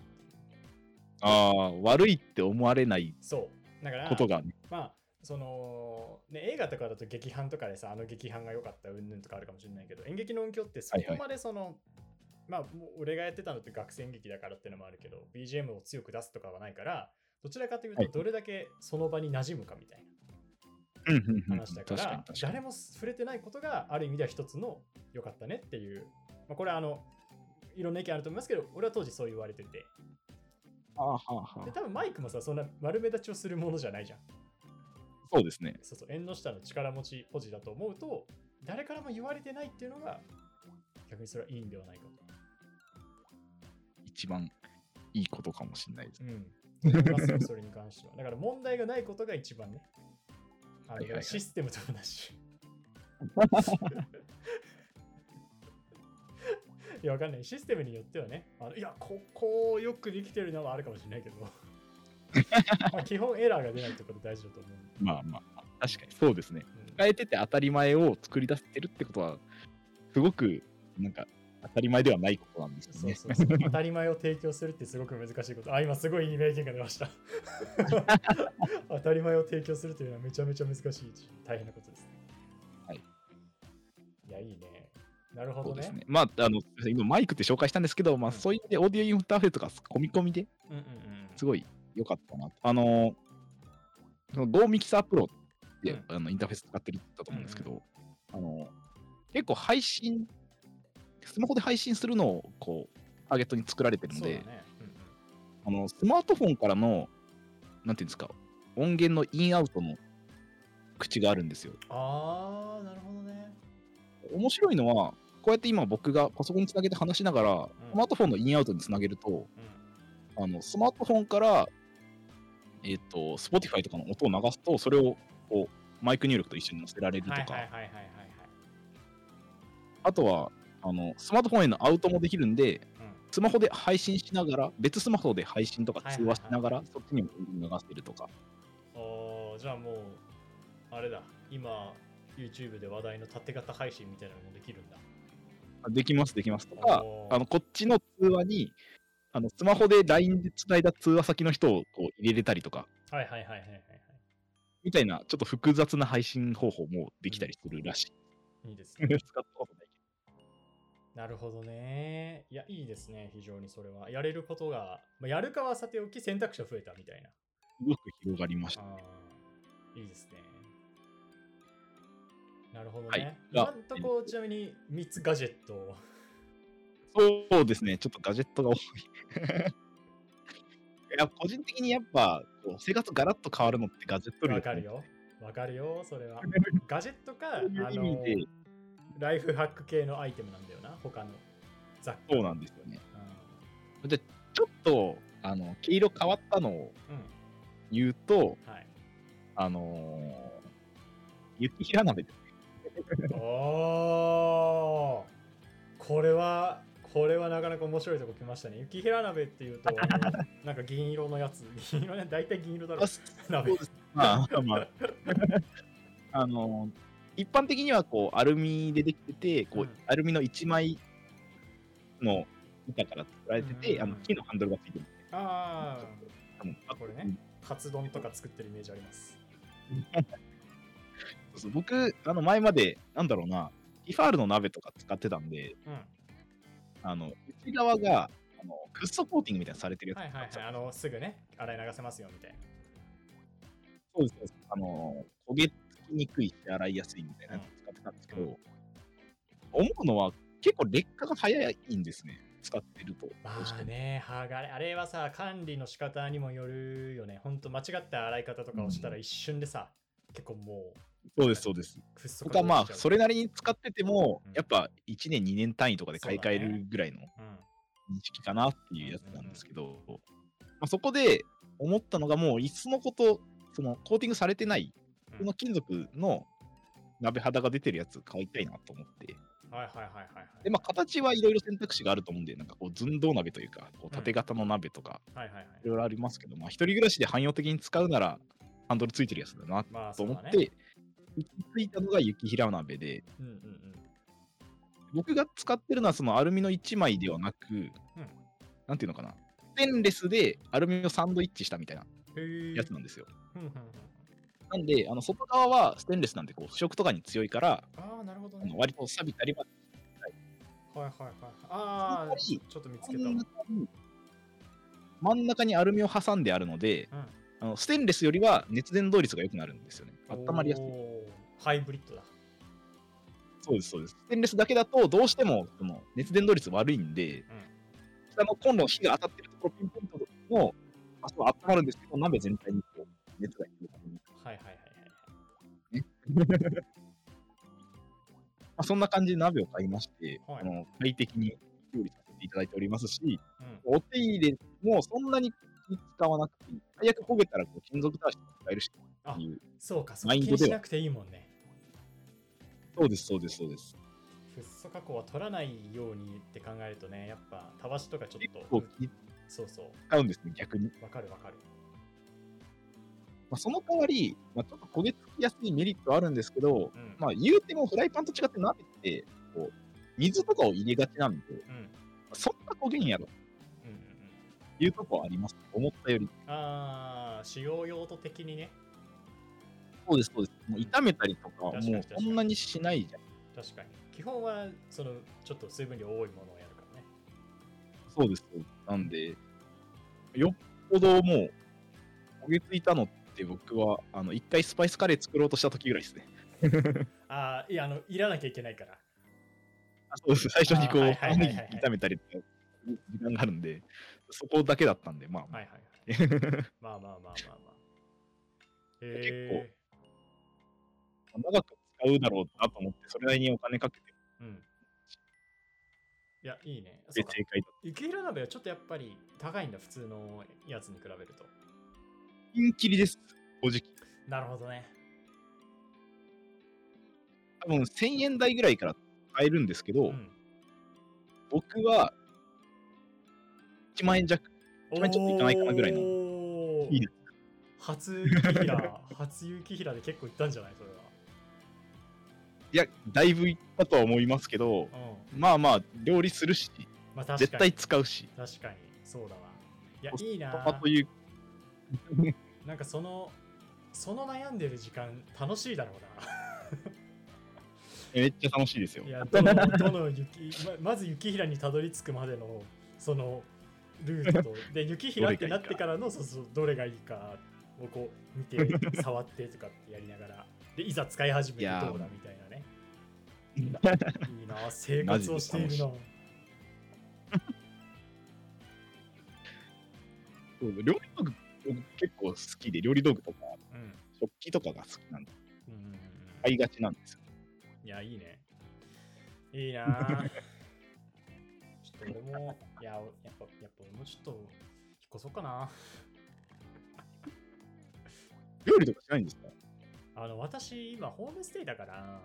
Speaker 1: ああ、悪いって思われない
Speaker 2: そう。だから、
Speaker 1: ことがね、
Speaker 2: まあその、ね、映画とかだと劇伴とかでさあの劇伴が良かった云々とかあるかもしれないけど演劇の音響ってそ
Speaker 1: はいはい
Speaker 2: こまでその、まあもう俺がやってたのって学生演劇だからってのもあるけど BGM を強く出すとかはないからどちらかという
Speaker 1: は
Speaker 2: と
Speaker 1: い
Speaker 2: どれだけその場に馴染むかみたい
Speaker 1: うんうんう
Speaker 2: なん話だ
Speaker 1: 確
Speaker 2: から、
Speaker 1: かに確かに
Speaker 2: 誰。も触れてないことがある意味では一つの良かったねっていう、まあ、これはあのいろんな意見あると思いますけど俺は当時そう言われてて
Speaker 1: あーはーはー
Speaker 2: で多分マイクもさそんな丸目立ちをするものじゃないじゃん
Speaker 1: そうですね。
Speaker 2: そうそう、縁の下の力持ちポジだと思うと、誰からも言われてないっていうのが、逆にそれはいいんではないか
Speaker 1: 一番いいことかもしれないです。
Speaker 2: と。うん。思いますよそれに関しては。だから問題がないことが一番ね。あ
Speaker 1: はいはいは
Speaker 2: の
Speaker 1: い
Speaker 2: システムと同じ。
Speaker 1: *laughs*
Speaker 2: いや、わかんない。システムによってはね、あのいや、ここをよくできてるのはあるかもしれない
Speaker 1: *laughs*
Speaker 2: けど。まあ基本エラーが出ないってこと大事だと思うんで
Speaker 1: まあまあまあ、確かにそうですね。
Speaker 2: うん
Speaker 1: 変えてて当たり前を作り出せてるってことは、すごくなんか当たり前ではないことなんですよ
Speaker 2: そう
Speaker 1: ね。
Speaker 2: そうそう当たり前を提供するってすごく難しいこと。あ、今すごいいい名言が出
Speaker 1: *laughs*
Speaker 2: ました。当たり前を提供するというのはめちゃめちゃ難しいし、大変なことですね。
Speaker 1: はい。
Speaker 2: いや、いいね。なるほ
Speaker 1: そ
Speaker 2: ど
Speaker 1: うです
Speaker 2: ね。
Speaker 1: ね。まあ、あの、今マイクって紹介したんですけど、まあ、
Speaker 2: うん
Speaker 1: そういう意味でオーディオインターフェースとか込み込みで
Speaker 2: うんうん
Speaker 1: すごい良かったな。あの、その Go ミキサープロって、
Speaker 2: うん
Speaker 1: あのインターフェース使ってるって言ったと思うんですけど、あの、結構配信、スマホで配信するのをこう、ターゲットに作られて
Speaker 2: う
Speaker 1: る
Speaker 2: ん。
Speaker 1: の
Speaker 2: そうだ
Speaker 1: で、
Speaker 2: ね。うんうん
Speaker 1: あのスマートフォンからの、なんていうんですか、音源のインアウトの口があるんですよ。
Speaker 2: あー、なるほどね。
Speaker 1: 面白いのは、こうやって今僕がパソコンにつなげて話しながら、スマートフォンのインアウトにつなげると、
Speaker 2: うん
Speaker 1: あのスマートフォンから、えっ、と、Spotify とかの音を流すと、それをこうマイク入力と一緒に載せられるとか、
Speaker 2: はいはいはいはいはいはい。
Speaker 1: あとはあの、スマートフォンへのアウトもできるんで、
Speaker 2: うん
Speaker 1: スマホで配信しながら、別スマホで配信とか通話しながら、
Speaker 2: はい
Speaker 1: そっちにも流せるとか、
Speaker 2: おーじゃあもう、あれだ。今、YouTube で話題の縦型配信みたいなのもできるんだ。
Speaker 1: できます、できますとか、
Speaker 2: おー
Speaker 1: あのこっちの通話にあのスマホで LINE でつないだ通話先の人をこう入れれたりとか
Speaker 2: はいはいはいはいはいはい。
Speaker 1: みたいなちょっと複雑な配信方法もできたりするらしい。
Speaker 2: いいですね
Speaker 1: 使。ったことない
Speaker 2: なるほどね。いや、いいですね。非常にそれは。やれることが、まあ、やるかはさておき選択肢は増えたみたいな。
Speaker 1: すごく広がりました。
Speaker 2: あーいいですね。なるほどね。
Speaker 1: はい
Speaker 2: 今んとこ、ちなみに3つガジェットを。
Speaker 1: そうですね、ちょっとガジェットが多い。い *laughs* や個人的にやっぱこう生活ガラッと変わるのってガジェット類
Speaker 2: わ
Speaker 1: だ
Speaker 2: か
Speaker 1: と思
Speaker 2: る
Speaker 1: う
Speaker 2: よ。わかるよ、そ
Speaker 1: *laughs*
Speaker 2: れは。ガジェットか、あ
Speaker 1: そういう意味
Speaker 2: の
Speaker 1: で、
Speaker 2: ライフハック系のアイテムなんだよな、他の。ざっく
Speaker 1: そ
Speaker 2: り
Speaker 1: うなんですよね。ちょっとあの毛色変わったのを
Speaker 2: うん
Speaker 1: 言うと、
Speaker 2: うんはい。
Speaker 1: あのー、雪平鍋です。
Speaker 2: おーこれはこれはなかなか面白いとこ来ましたね。雪平鍋っ
Speaker 1: *laughs*
Speaker 2: ていうと、あのなんか銀色のやつ、 *laughs* 銀色ね、大体銀色だろ
Speaker 1: あ。
Speaker 2: 鍋
Speaker 1: そう。ですまあまあ、 *laughs* あの一般的にはこうアルミでできててこう、
Speaker 2: うん
Speaker 1: アルミの1枚の板から作られてて、
Speaker 2: うんうんうん
Speaker 1: あの木のハンドルがついてる
Speaker 2: あ
Speaker 1: 多分
Speaker 2: あ、これね、カツ丼とか作ってるイメージあります。
Speaker 1: そうそう僕あの前までなんだろうなティファールの鍋とか使ってたんで
Speaker 2: うん。はい
Speaker 1: あの内側があのクッソコーティングみたいなのされてるやつ、
Speaker 2: はいはい。あの、すぐね、洗い流せますよみたいな。
Speaker 1: そうですそうですあの焦げつきにくいし洗いやすいみたいなやつ使ってたんですけど、
Speaker 2: うん
Speaker 1: 思うのは結構劣化が早いんですね使ってると。
Speaker 2: まあね、はがれ、あれはさ、管理の仕方にもよるよね。ほんと、間違った洗い方とかをしたら一瞬でさ、結構もう、
Speaker 1: そうですそうです。
Speaker 2: くっそ
Speaker 1: とかまあそれなりに使ってても、
Speaker 2: うん
Speaker 1: やっぱ1年2年単位とかで買い替え
Speaker 2: そうだ
Speaker 1: るぐらいの
Speaker 2: うん。
Speaker 1: 認識かなっていうやつなんですけど、まあ、そこで思ったのが、もういっそのこと、そのコーティングされてない、
Speaker 2: うん
Speaker 1: この金属の鍋肌が出てるやつ買いたいなと思って。
Speaker 2: はいはいはいはいはい。
Speaker 1: で、まあ、形はいろいろ選択肢があると思うんで、なんかこう、寸胴鍋というか、こう縦型の鍋とか、
Speaker 2: はいはいはい
Speaker 1: い。ろいろありますけど、まあ、一人暮らしで汎用的に使うなら、ハンドルついてるやつだな
Speaker 2: まあ、
Speaker 1: と
Speaker 2: そう
Speaker 1: 思
Speaker 2: だ
Speaker 1: っ
Speaker 2: ね
Speaker 1: て、。行き着いたのが雪平鍋で、
Speaker 2: うんうんうん。
Speaker 1: 僕が使ってるのはそのアルミの1枚ではなく、なんていうのかな、ステンレスでアルミをサンドイッチしたみたいな
Speaker 2: へー
Speaker 1: やつなんですよ。
Speaker 2: うんうんうん
Speaker 1: なんで、あの外側はステンレスなんでこう腐食とかに強いから、
Speaker 2: ああ、なるほど
Speaker 1: あ
Speaker 2: ね
Speaker 1: の。割と錆びたりは
Speaker 2: はいはいはい。あ
Speaker 1: やっ
Speaker 2: あ、
Speaker 1: ぱり
Speaker 2: ちょっと見つけ
Speaker 1: 真
Speaker 2: た。う
Speaker 1: ん中
Speaker 2: ん
Speaker 1: に真ん中にアルミを挟んであるので、あのステンレスよりは熱伝導率が良くなるんですよね。温まりやすい。
Speaker 2: おーハイブリッドだ。
Speaker 1: そうです、そうです。ステンレスだけだと、どうしてもその熱伝導率悪いんで、下のコンロの火が当たってるところ、ピンポイントの場所は温まるんですけど、鍋全体にこう熱がいく感じ
Speaker 2: はいはいはいはい。
Speaker 1: まあ、そんな感じで鍋を買いまして、
Speaker 2: はい
Speaker 1: あの快適に料理させていただいておりますし、
Speaker 2: うん
Speaker 1: お手入れもそんなに気使わなくていい。最悪焦げたらこう金属タワシとか使えるしっていう。
Speaker 2: そうか、そう
Speaker 1: マ
Speaker 2: か
Speaker 1: イン
Speaker 2: 気
Speaker 1: ド
Speaker 2: に
Speaker 1: では
Speaker 2: しなくていいもんね。
Speaker 1: そうです、そうです、そうです。
Speaker 2: フッ素加工は取らないようにって考えるとね、やっぱ、たわしとかちょ
Speaker 1: 結
Speaker 2: っと、
Speaker 1: 構
Speaker 2: う
Speaker 1: 気
Speaker 2: そうそ
Speaker 1: 使うんですね、逆に。
Speaker 2: う、わかるわかる。
Speaker 1: まあ、その代わり、まあ、ちょっと焦げつきやすいメリットはあるんですけど、
Speaker 2: うん。
Speaker 1: まあ、言うてもフライパンと違って鍋って、こう、水とかを入れがちなんで、
Speaker 2: うんうん
Speaker 1: そんな焦げんやろ
Speaker 2: うんうん
Speaker 1: いうとこはあります。思ったより。
Speaker 2: ああ、使用用途的にね、
Speaker 1: そうです、そうです。もう炒めたりとかはもう
Speaker 2: 確かに確か
Speaker 1: そ
Speaker 2: に
Speaker 1: んなにしないじゃん。
Speaker 2: 確かに。基本は、その、ちょっと水分量多いものをやるからね。
Speaker 1: そうです。そうですなんで、よっぽどもう、焦げついたのって僕は、あの、一回スパイスカレー作ろうとした時ぐらいですね。
Speaker 2: ああ、いや、あの、いらなきゃいけないから。
Speaker 1: あそうです。最初にこ、
Speaker 2: あーはいうはいはい
Speaker 1: 玉ね
Speaker 2: はいはい
Speaker 1: ぎ炒めたりとか、時間があるんで、そこだけだったんで、まあ、
Speaker 2: はいはい。まあまあまあまあまあ。
Speaker 1: 結
Speaker 2: へ
Speaker 1: 長く使うだろうなと思って、それなりにお金かけて、
Speaker 2: え。うん。いや、いいね。そう
Speaker 1: 正
Speaker 2: か。
Speaker 1: 解だ。
Speaker 2: 雪平鍋はちょっとやっぱり高いんだ、普通のやつに比べると。
Speaker 1: ピンキリです、正直。
Speaker 2: なるほどね。
Speaker 1: 多分1000円台ぐらいから買えるんですけど、
Speaker 2: うん。
Speaker 1: 僕は1万円弱。
Speaker 2: お
Speaker 1: まりちょっといかないかなぐらいの
Speaker 2: の
Speaker 1: いいね
Speaker 2: 初雪平、初雪平で結構いったんじゃないそれ
Speaker 1: いや、だいぶいったとは思いますけど、
Speaker 2: は。うん。
Speaker 1: まあまあ、料理するし、
Speaker 2: まあ確
Speaker 1: 絶
Speaker 2: か
Speaker 1: 対。
Speaker 2: に
Speaker 1: 使うし、
Speaker 2: 確かに。そうだわ。いや、
Speaker 1: コス
Speaker 2: いいな
Speaker 1: パという、
Speaker 2: なんかその、その悩んでる時間楽しいだろうな。
Speaker 1: めっちゃ楽しいですよ
Speaker 2: い。やどのどの雪ままず雪平にたどり着くまでのそのルートとで雪平ってなってからのそうそうどれがいいかをこう見て触ってとかってやりながらでいざ使い始めて
Speaker 1: いやー
Speaker 2: どうだみたいなねいいなあ生
Speaker 1: マジ
Speaker 2: 活
Speaker 1: で
Speaker 2: をしているな
Speaker 1: そう料理道具、僕結構好きで、料理道具とか、
Speaker 2: うん
Speaker 1: 食器とかが好きなんで、
Speaker 2: うんうんうん
Speaker 1: 買いがちなんですよ。
Speaker 2: いやいいねいいなあちょっと俺もいやおやっぱやっぱ俺もちょっと引っ越そうかな
Speaker 1: 料理とかしないんですか
Speaker 2: あの私今ホームステイだから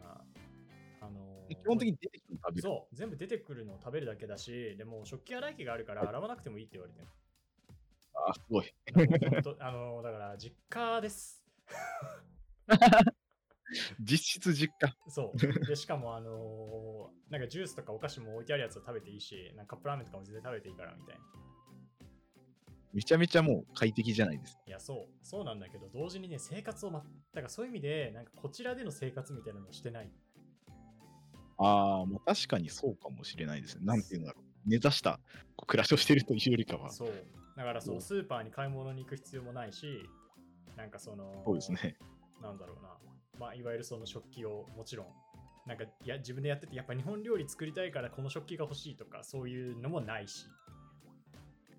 Speaker 2: あの
Speaker 1: 基本的に出てきても食べる。
Speaker 2: そう、全部出てくるのを食べるだけだし、でも食器洗い機があるから
Speaker 1: はい
Speaker 2: 洗わなくてもいいって言われてる。
Speaker 1: あ、すごい。
Speaker 2: だからもうほんと *laughs* あのだから実家です。
Speaker 1: 実質実家。
Speaker 2: そう。で、しかも、あのなんかジュースとかお菓子も置いてあるやつを食べていいし、なんかカップラーメンとかも全然食べていいからみたいな。
Speaker 1: めちゃめちゃもう快適じゃないですか。
Speaker 2: いや、そう、そうなんだけど、同時にね、生活をま、だからそういう意味で、なんかこちらでの生活みたいなのをしてない。
Speaker 1: ああ、まあ確かにそうかもしれないですね。なんていうんだろう。根ざしたこう暮らしをしてるというよりかは。そ
Speaker 2: そう。だからそうう、
Speaker 1: ん
Speaker 2: スーパーに買い物に行く必要もないし、なんかその、
Speaker 1: うですね。
Speaker 2: なんだろうな、まあ、いわゆるその食器をもちろん、なんかいや自分でやってて、やっぱ日本料理作りたいからこの食器が欲しいとか、そういうのもない
Speaker 1: *laughs*
Speaker 2: し、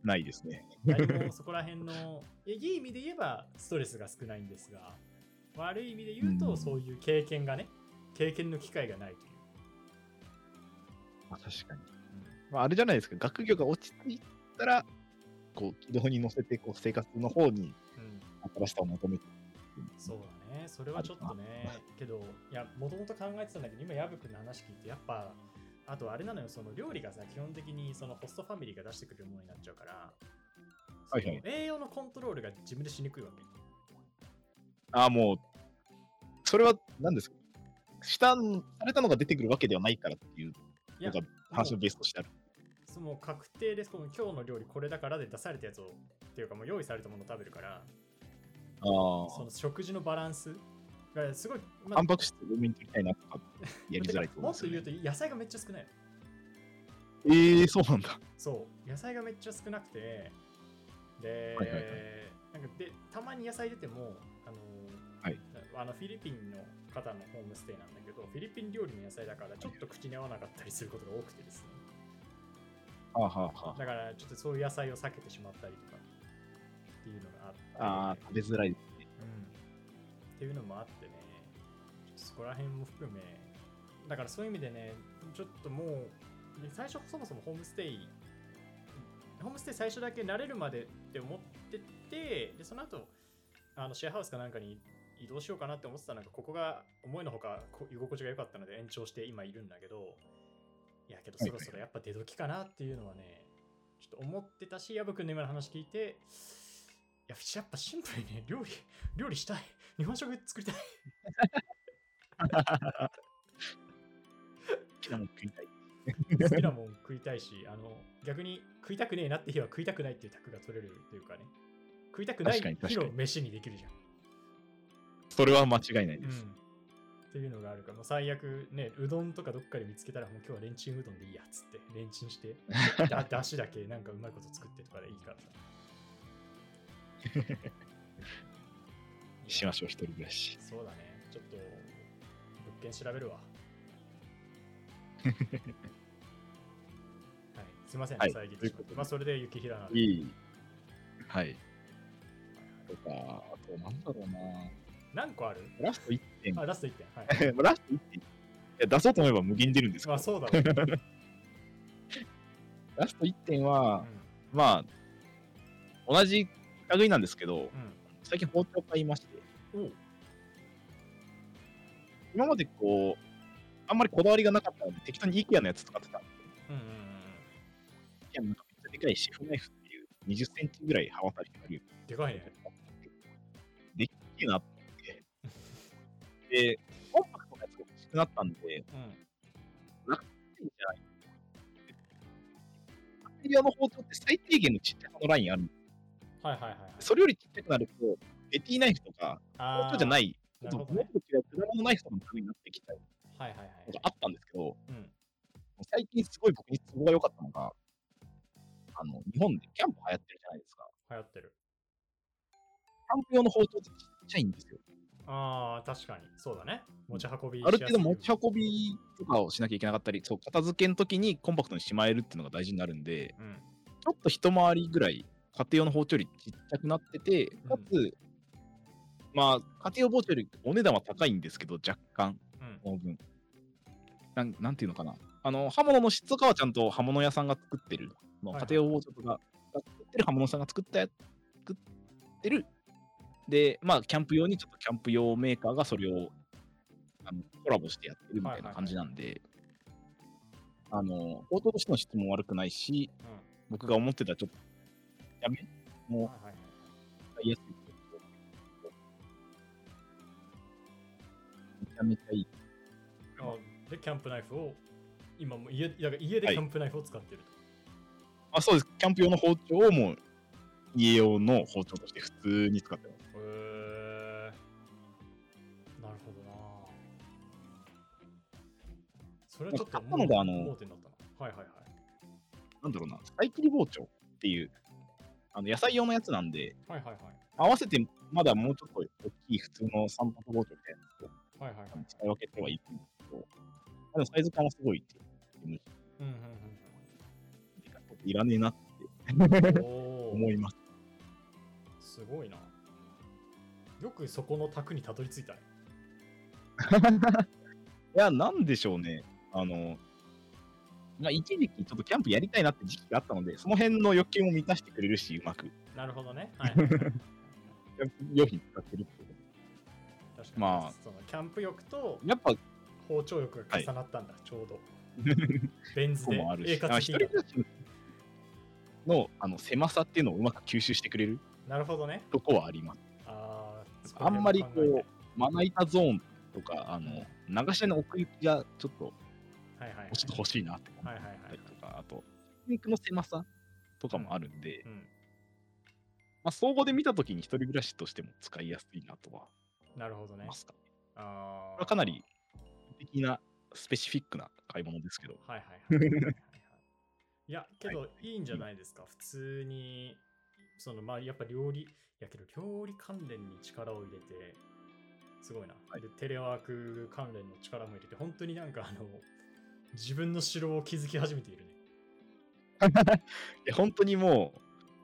Speaker 1: ないですね。
Speaker 2: 何もそこら辺の、いやいい意味で言えばストレスが少ないんですが、悪い意味で言う
Speaker 1: う
Speaker 2: と、
Speaker 1: ん
Speaker 2: そういう経験がね、経験の機会がないという。
Speaker 1: まあ確かに。まああれじゃないですか。学業が落ち着いたら、こう軌道に乗せてこう生活の方に
Speaker 2: うん
Speaker 1: 新しさを求めてるんです
Speaker 2: そうだね、それはちょっとね、けど、いや、もともと考えてたんだけど、今、矢吹君の話聞いて、やっぱ、あとあれなのよ、その料理がさ、基本的にそのホストファミリーが出してくるものになっちゃうから、
Speaker 1: はいはい
Speaker 2: その栄養のコントロールが自分でしにくいわけ。
Speaker 1: ああ、もう、それは何ですか下されたのが出てくるわけではないからっていう
Speaker 2: いや
Speaker 1: のが、話のベースとしてある。
Speaker 2: その確定です、この今日の料理これだからで出されたやつを、っていうかもう用意されたものを食べるから、
Speaker 1: ああ
Speaker 2: その食事のバランスがすごい、ま
Speaker 1: ー、タンパク質多めに取りたいなとか、やりづらい
Speaker 2: て
Speaker 1: と思
Speaker 2: かも
Speaker 1: うん
Speaker 2: っ
Speaker 1: で
Speaker 2: と
Speaker 1: すよ
Speaker 2: 言
Speaker 1: ね
Speaker 2: うと、野菜がめっちゃ少ない。
Speaker 1: ええー、そうなんだ。
Speaker 2: そう野菜がめっちゃ少なくてで、
Speaker 1: はいはいは
Speaker 2: なんかでたまに野菜出てもあのー
Speaker 1: はい
Speaker 2: あのフィリピンの方のホームステイなんだけどフィリピン料理の野菜だからちょっと口に合わなかったりすることが多くてですね
Speaker 1: はあ、はあは
Speaker 2: だからちょっとそういう野菜を避けてしまったりとかっていうのがあ
Speaker 1: あ、あ
Speaker 2: っ
Speaker 1: あ
Speaker 2: て、
Speaker 1: 食べづらいですね。
Speaker 2: うん、っていうのもあってねちょっとそこら辺も含めだからそういう意味でねちょっともうね最初そもそもホームステイホームステイ最初だけ慣れるまでって思っててでその後あのシェアハウスかなんかに移動しようかなって思ってたなんかここが思いのほかこ居心地が良かったので延長して今いるんだけどいやけどそろそろやっぱ出時かなっていうのはねちょっと思ってたし、矢部君の今の話聞いて、いや、やっぱシンプルにね、料理、料理したい。日本食作りたい。
Speaker 1: 好きなもん食いたい。
Speaker 2: 好きなもん食いたいし、あの、逆に食いたくねえなって日は食いたくないっていうタクが取れるというかね。食いたくない
Speaker 1: 確かに
Speaker 2: 日
Speaker 1: 確か
Speaker 2: の
Speaker 1: に
Speaker 2: 飯にできるじゃん。
Speaker 1: それは間違いないで
Speaker 2: う
Speaker 1: す。
Speaker 2: ん。っていうのがあるから、もう最悪ね、うどんとかどっかで見つけたら、もう今日はレンチンうどんでいいやっつって、レンチ
Speaker 1: *laughs*
Speaker 2: ンして、だだしだけなんかうまいこと作ってとかでいいからさ。
Speaker 1: しましょう、一人暮らし。
Speaker 2: そうだね。ちょっと、物件
Speaker 1: *laughs*
Speaker 2: 調べるわ。はい、すいません、
Speaker 1: はい
Speaker 2: 遮ってしまっ
Speaker 1: ということ
Speaker 2: て。
Speaker 1: で
Speaker 2: まあ、それで雪平なんで。
Speaker 1: いい。はい。とか、あと、なんだろうな。
Speaker 2: 何個ある
Speaker 1: ラスト1点。
Speaker 2: あ、ラスト1点。はい。
Speaker 1: ラスト1点。いや出そうと思えば無限出るんですけ
Speaker 2: ま
Speaker 1: ど
Speaker 2: あ、、そうだ
Speaker 1: *laughs*
Speaker 2: ろうね。
Speaker 1: ラスト1点は
Speaker 2: うん、
Speaker 1: まあ、同じ類なんですけど、最近包丁買いまして、
Speaker 2: うん。おう
Speaker 1: 今までこう、あんまりこだわりがなかったので、適当に IKEA のやつ使ってたんで
Speaker 2: うんうんうん
Speaker 1: IKEA のなんかめっちゃでかいシェフナイフっていう20センチぐらい刃渡りになるよ
Speaker 2: うん。でかいね。
Speaker 1: でっけえなってで、コンパクトなやつが欲しくなったんで、じ
Speaker 2: うん。
Speaker 1: ゃないアクリアの包丁って最低限のちっちゃさのラインあるんで
Speaker 2: はいはいはいはい。
Speaker 1: それよりちっちゃくなると、ベティナイフとか、
Speaker 2: あー
Speaker 1: 包丁じゃな。い、ちょ
Speaker 2: な
Speaker 1: っと
Speaker 2: るほ
Speaker 1: も
Speaker 2: ど
Speaker 1: っ
Speaker 2: ね
Speaker 1: と違う果物ナイフとかの類になってきたり
Speaker 2: はいはいは
Speaker 1: と
Speaker 2: い。
Speaker 1: かあったんですけど、
Speaker 2: うん。
Speaker 1: 最近すごい僕に都合が良かったのが、あの、日本でキャンプ流行ってるじゃないですか。
Speaker 2: 流行ってる。
Speaker 1: キャンプ用の包丁ってちっちゃいんですよ。
Speaker 2: ああ、確かに。そうだね。持ち運びし
Speaker 1: あ
Speaker 2: やす
Speaker 1: る
Speaker 2: い
Speaker 1: 程度持ち運びとかをしなきゃいけなかったり、そう、片付けの時にコンパクトにしまえるっていうのが大事になるんで、
Speaker 2: うん。
Speaker 1: ちょっと一回りぐらい家庭用の包丁よりちっちゃくなってて、かつ、まあ、家庭用包丁よりお値段は高いんですけど、若干、
Speaker 2: うん。
Speaker 1: この分。なんなんていうのかな。あの、刃物の質とかはちゃんと刃物屋さんが作ってる。の
Speaker 2: はいはい
Speaker 1: 家庭用包丁とかが作ってる刃物屋さんが作ったや作ってる。で、まあ、キャンプ用にちょっとキャンプ用メーカーがそれをあのコラボしてやってるみたいな感じなんで、あの、包丁としての質も悪くないし、
Speaker 2: うん。
Speaker 1: 僕が思ってたちょっと、やめもう
Speaker 2: はいはいはい。
Speaker 1: 使いやすいめちゃめちゃいい。
Speaker 2: あで、キャンプナイフを、今も家だから家で
Speaker 1: は
Speaker 2: キ
Speaker 1: い
Speaker 2: ャンプナイフを使ってると。
Speaker 1: あ、そうです。キャンプ用の包丁をもう家用の包丁として普通に使ってます。
Speaker 2: へえなるほどな。それはちょっと
Speaker 1: 買ったのがあの
Speaker 2: 盲点だったな。はいはいはい。
Speaker 1: なんだろうな、使い切り包丁っていう、あの野菜用のやつなんで、
Speaker 2: はいはいはい。
Speaker 1: 合わせてまだもうちょっと大きい普通の三角包丁みたいなや
Speaker 2: はいはいはい
Speaker 1: つを。使い分けてはいいんですけど、でもサイズ感はすごいっていう
Speaker 2: うんうん
Speaker 1: いらねえなって
Speaker 2: うん。
Speaker 1: *laughs*
Speaker 2: おー
Speaker 1: 思います。
Speaker 2: すごいな。よくそこの卓にたどり着いたね。
Speaker 1: いや、なんでしょうね。あの、まあ、一時期ちょっとキャンプやりたいなって時期があったので、その辺の欲求も満たしてくれるし、うまく
Speaker 2: なるほどね。 *laughs* はい。確か
Speaker 1: キャンプ用品使ってるってこと
Speaker 2: に。
Speaker 1: まあ
Speaker 2: そのキャンプ欲と
Speaker 1: やっぱ
Speaker 2: 包丁欲が重なったんだ、ちょう
Speaker 1: *laughs*
Speaker 2: ど。ベンズ
Speaker 1: 個
Speaker 2: で
Speaker 1: もある
Speaker 2: ええ
Speaker 1: し、あ
Speaker 2: 活
Speaker 1: 一
Speaker 2: して
Speaker 1: 人
Speaker 2: いた
Speaker 1: 暮らしのあの狭さっていうのをうまく吸収してくれる
Speaker 2: なるほどね。
Speaker 1: とこはあります。
Speaker 2: あーそこ
Speaker 1: あんまりこ
Speaker 2: は
Speaker 1: う、まな板ゾーンとか、あの流し台の奥行きがちょっと
Speaker 2: いはいはい
Speaker 1: ちょっと欲しいなって思
Speaker 2: は
Speaker 1: っ
Speaker 2: いはいはい
Speaker 1: たりとか、あと、ピンクの狭さとかもあるんで、
Speaker 2: うん
Speaker 1: まあ、総合で見たときに一人暮らしとしても使いやすいなとは
Speaker 2: なるほど
Speaker 1: 思い
Speaker 2: ね
Speaker 1: ま。すか。
Speaker 2: あ
Speaker 1: これ
Speaker 2: ー
Speaker 1: はかなり。的なスペシフィックな買い物ですけど、
Speaker 2: はいはいはいはいはいはい。いや、けどいいんじゃないですか。普通に、そのまあやっぱ料理、いやけど料理関連に力を入れて、すごいな。
Speaker 1: はい
Speaker 2: で、テレワーク関連の力も入れて、本当になんかあの、自分の城を築き始めているね。
Speaker 1: いや本当にも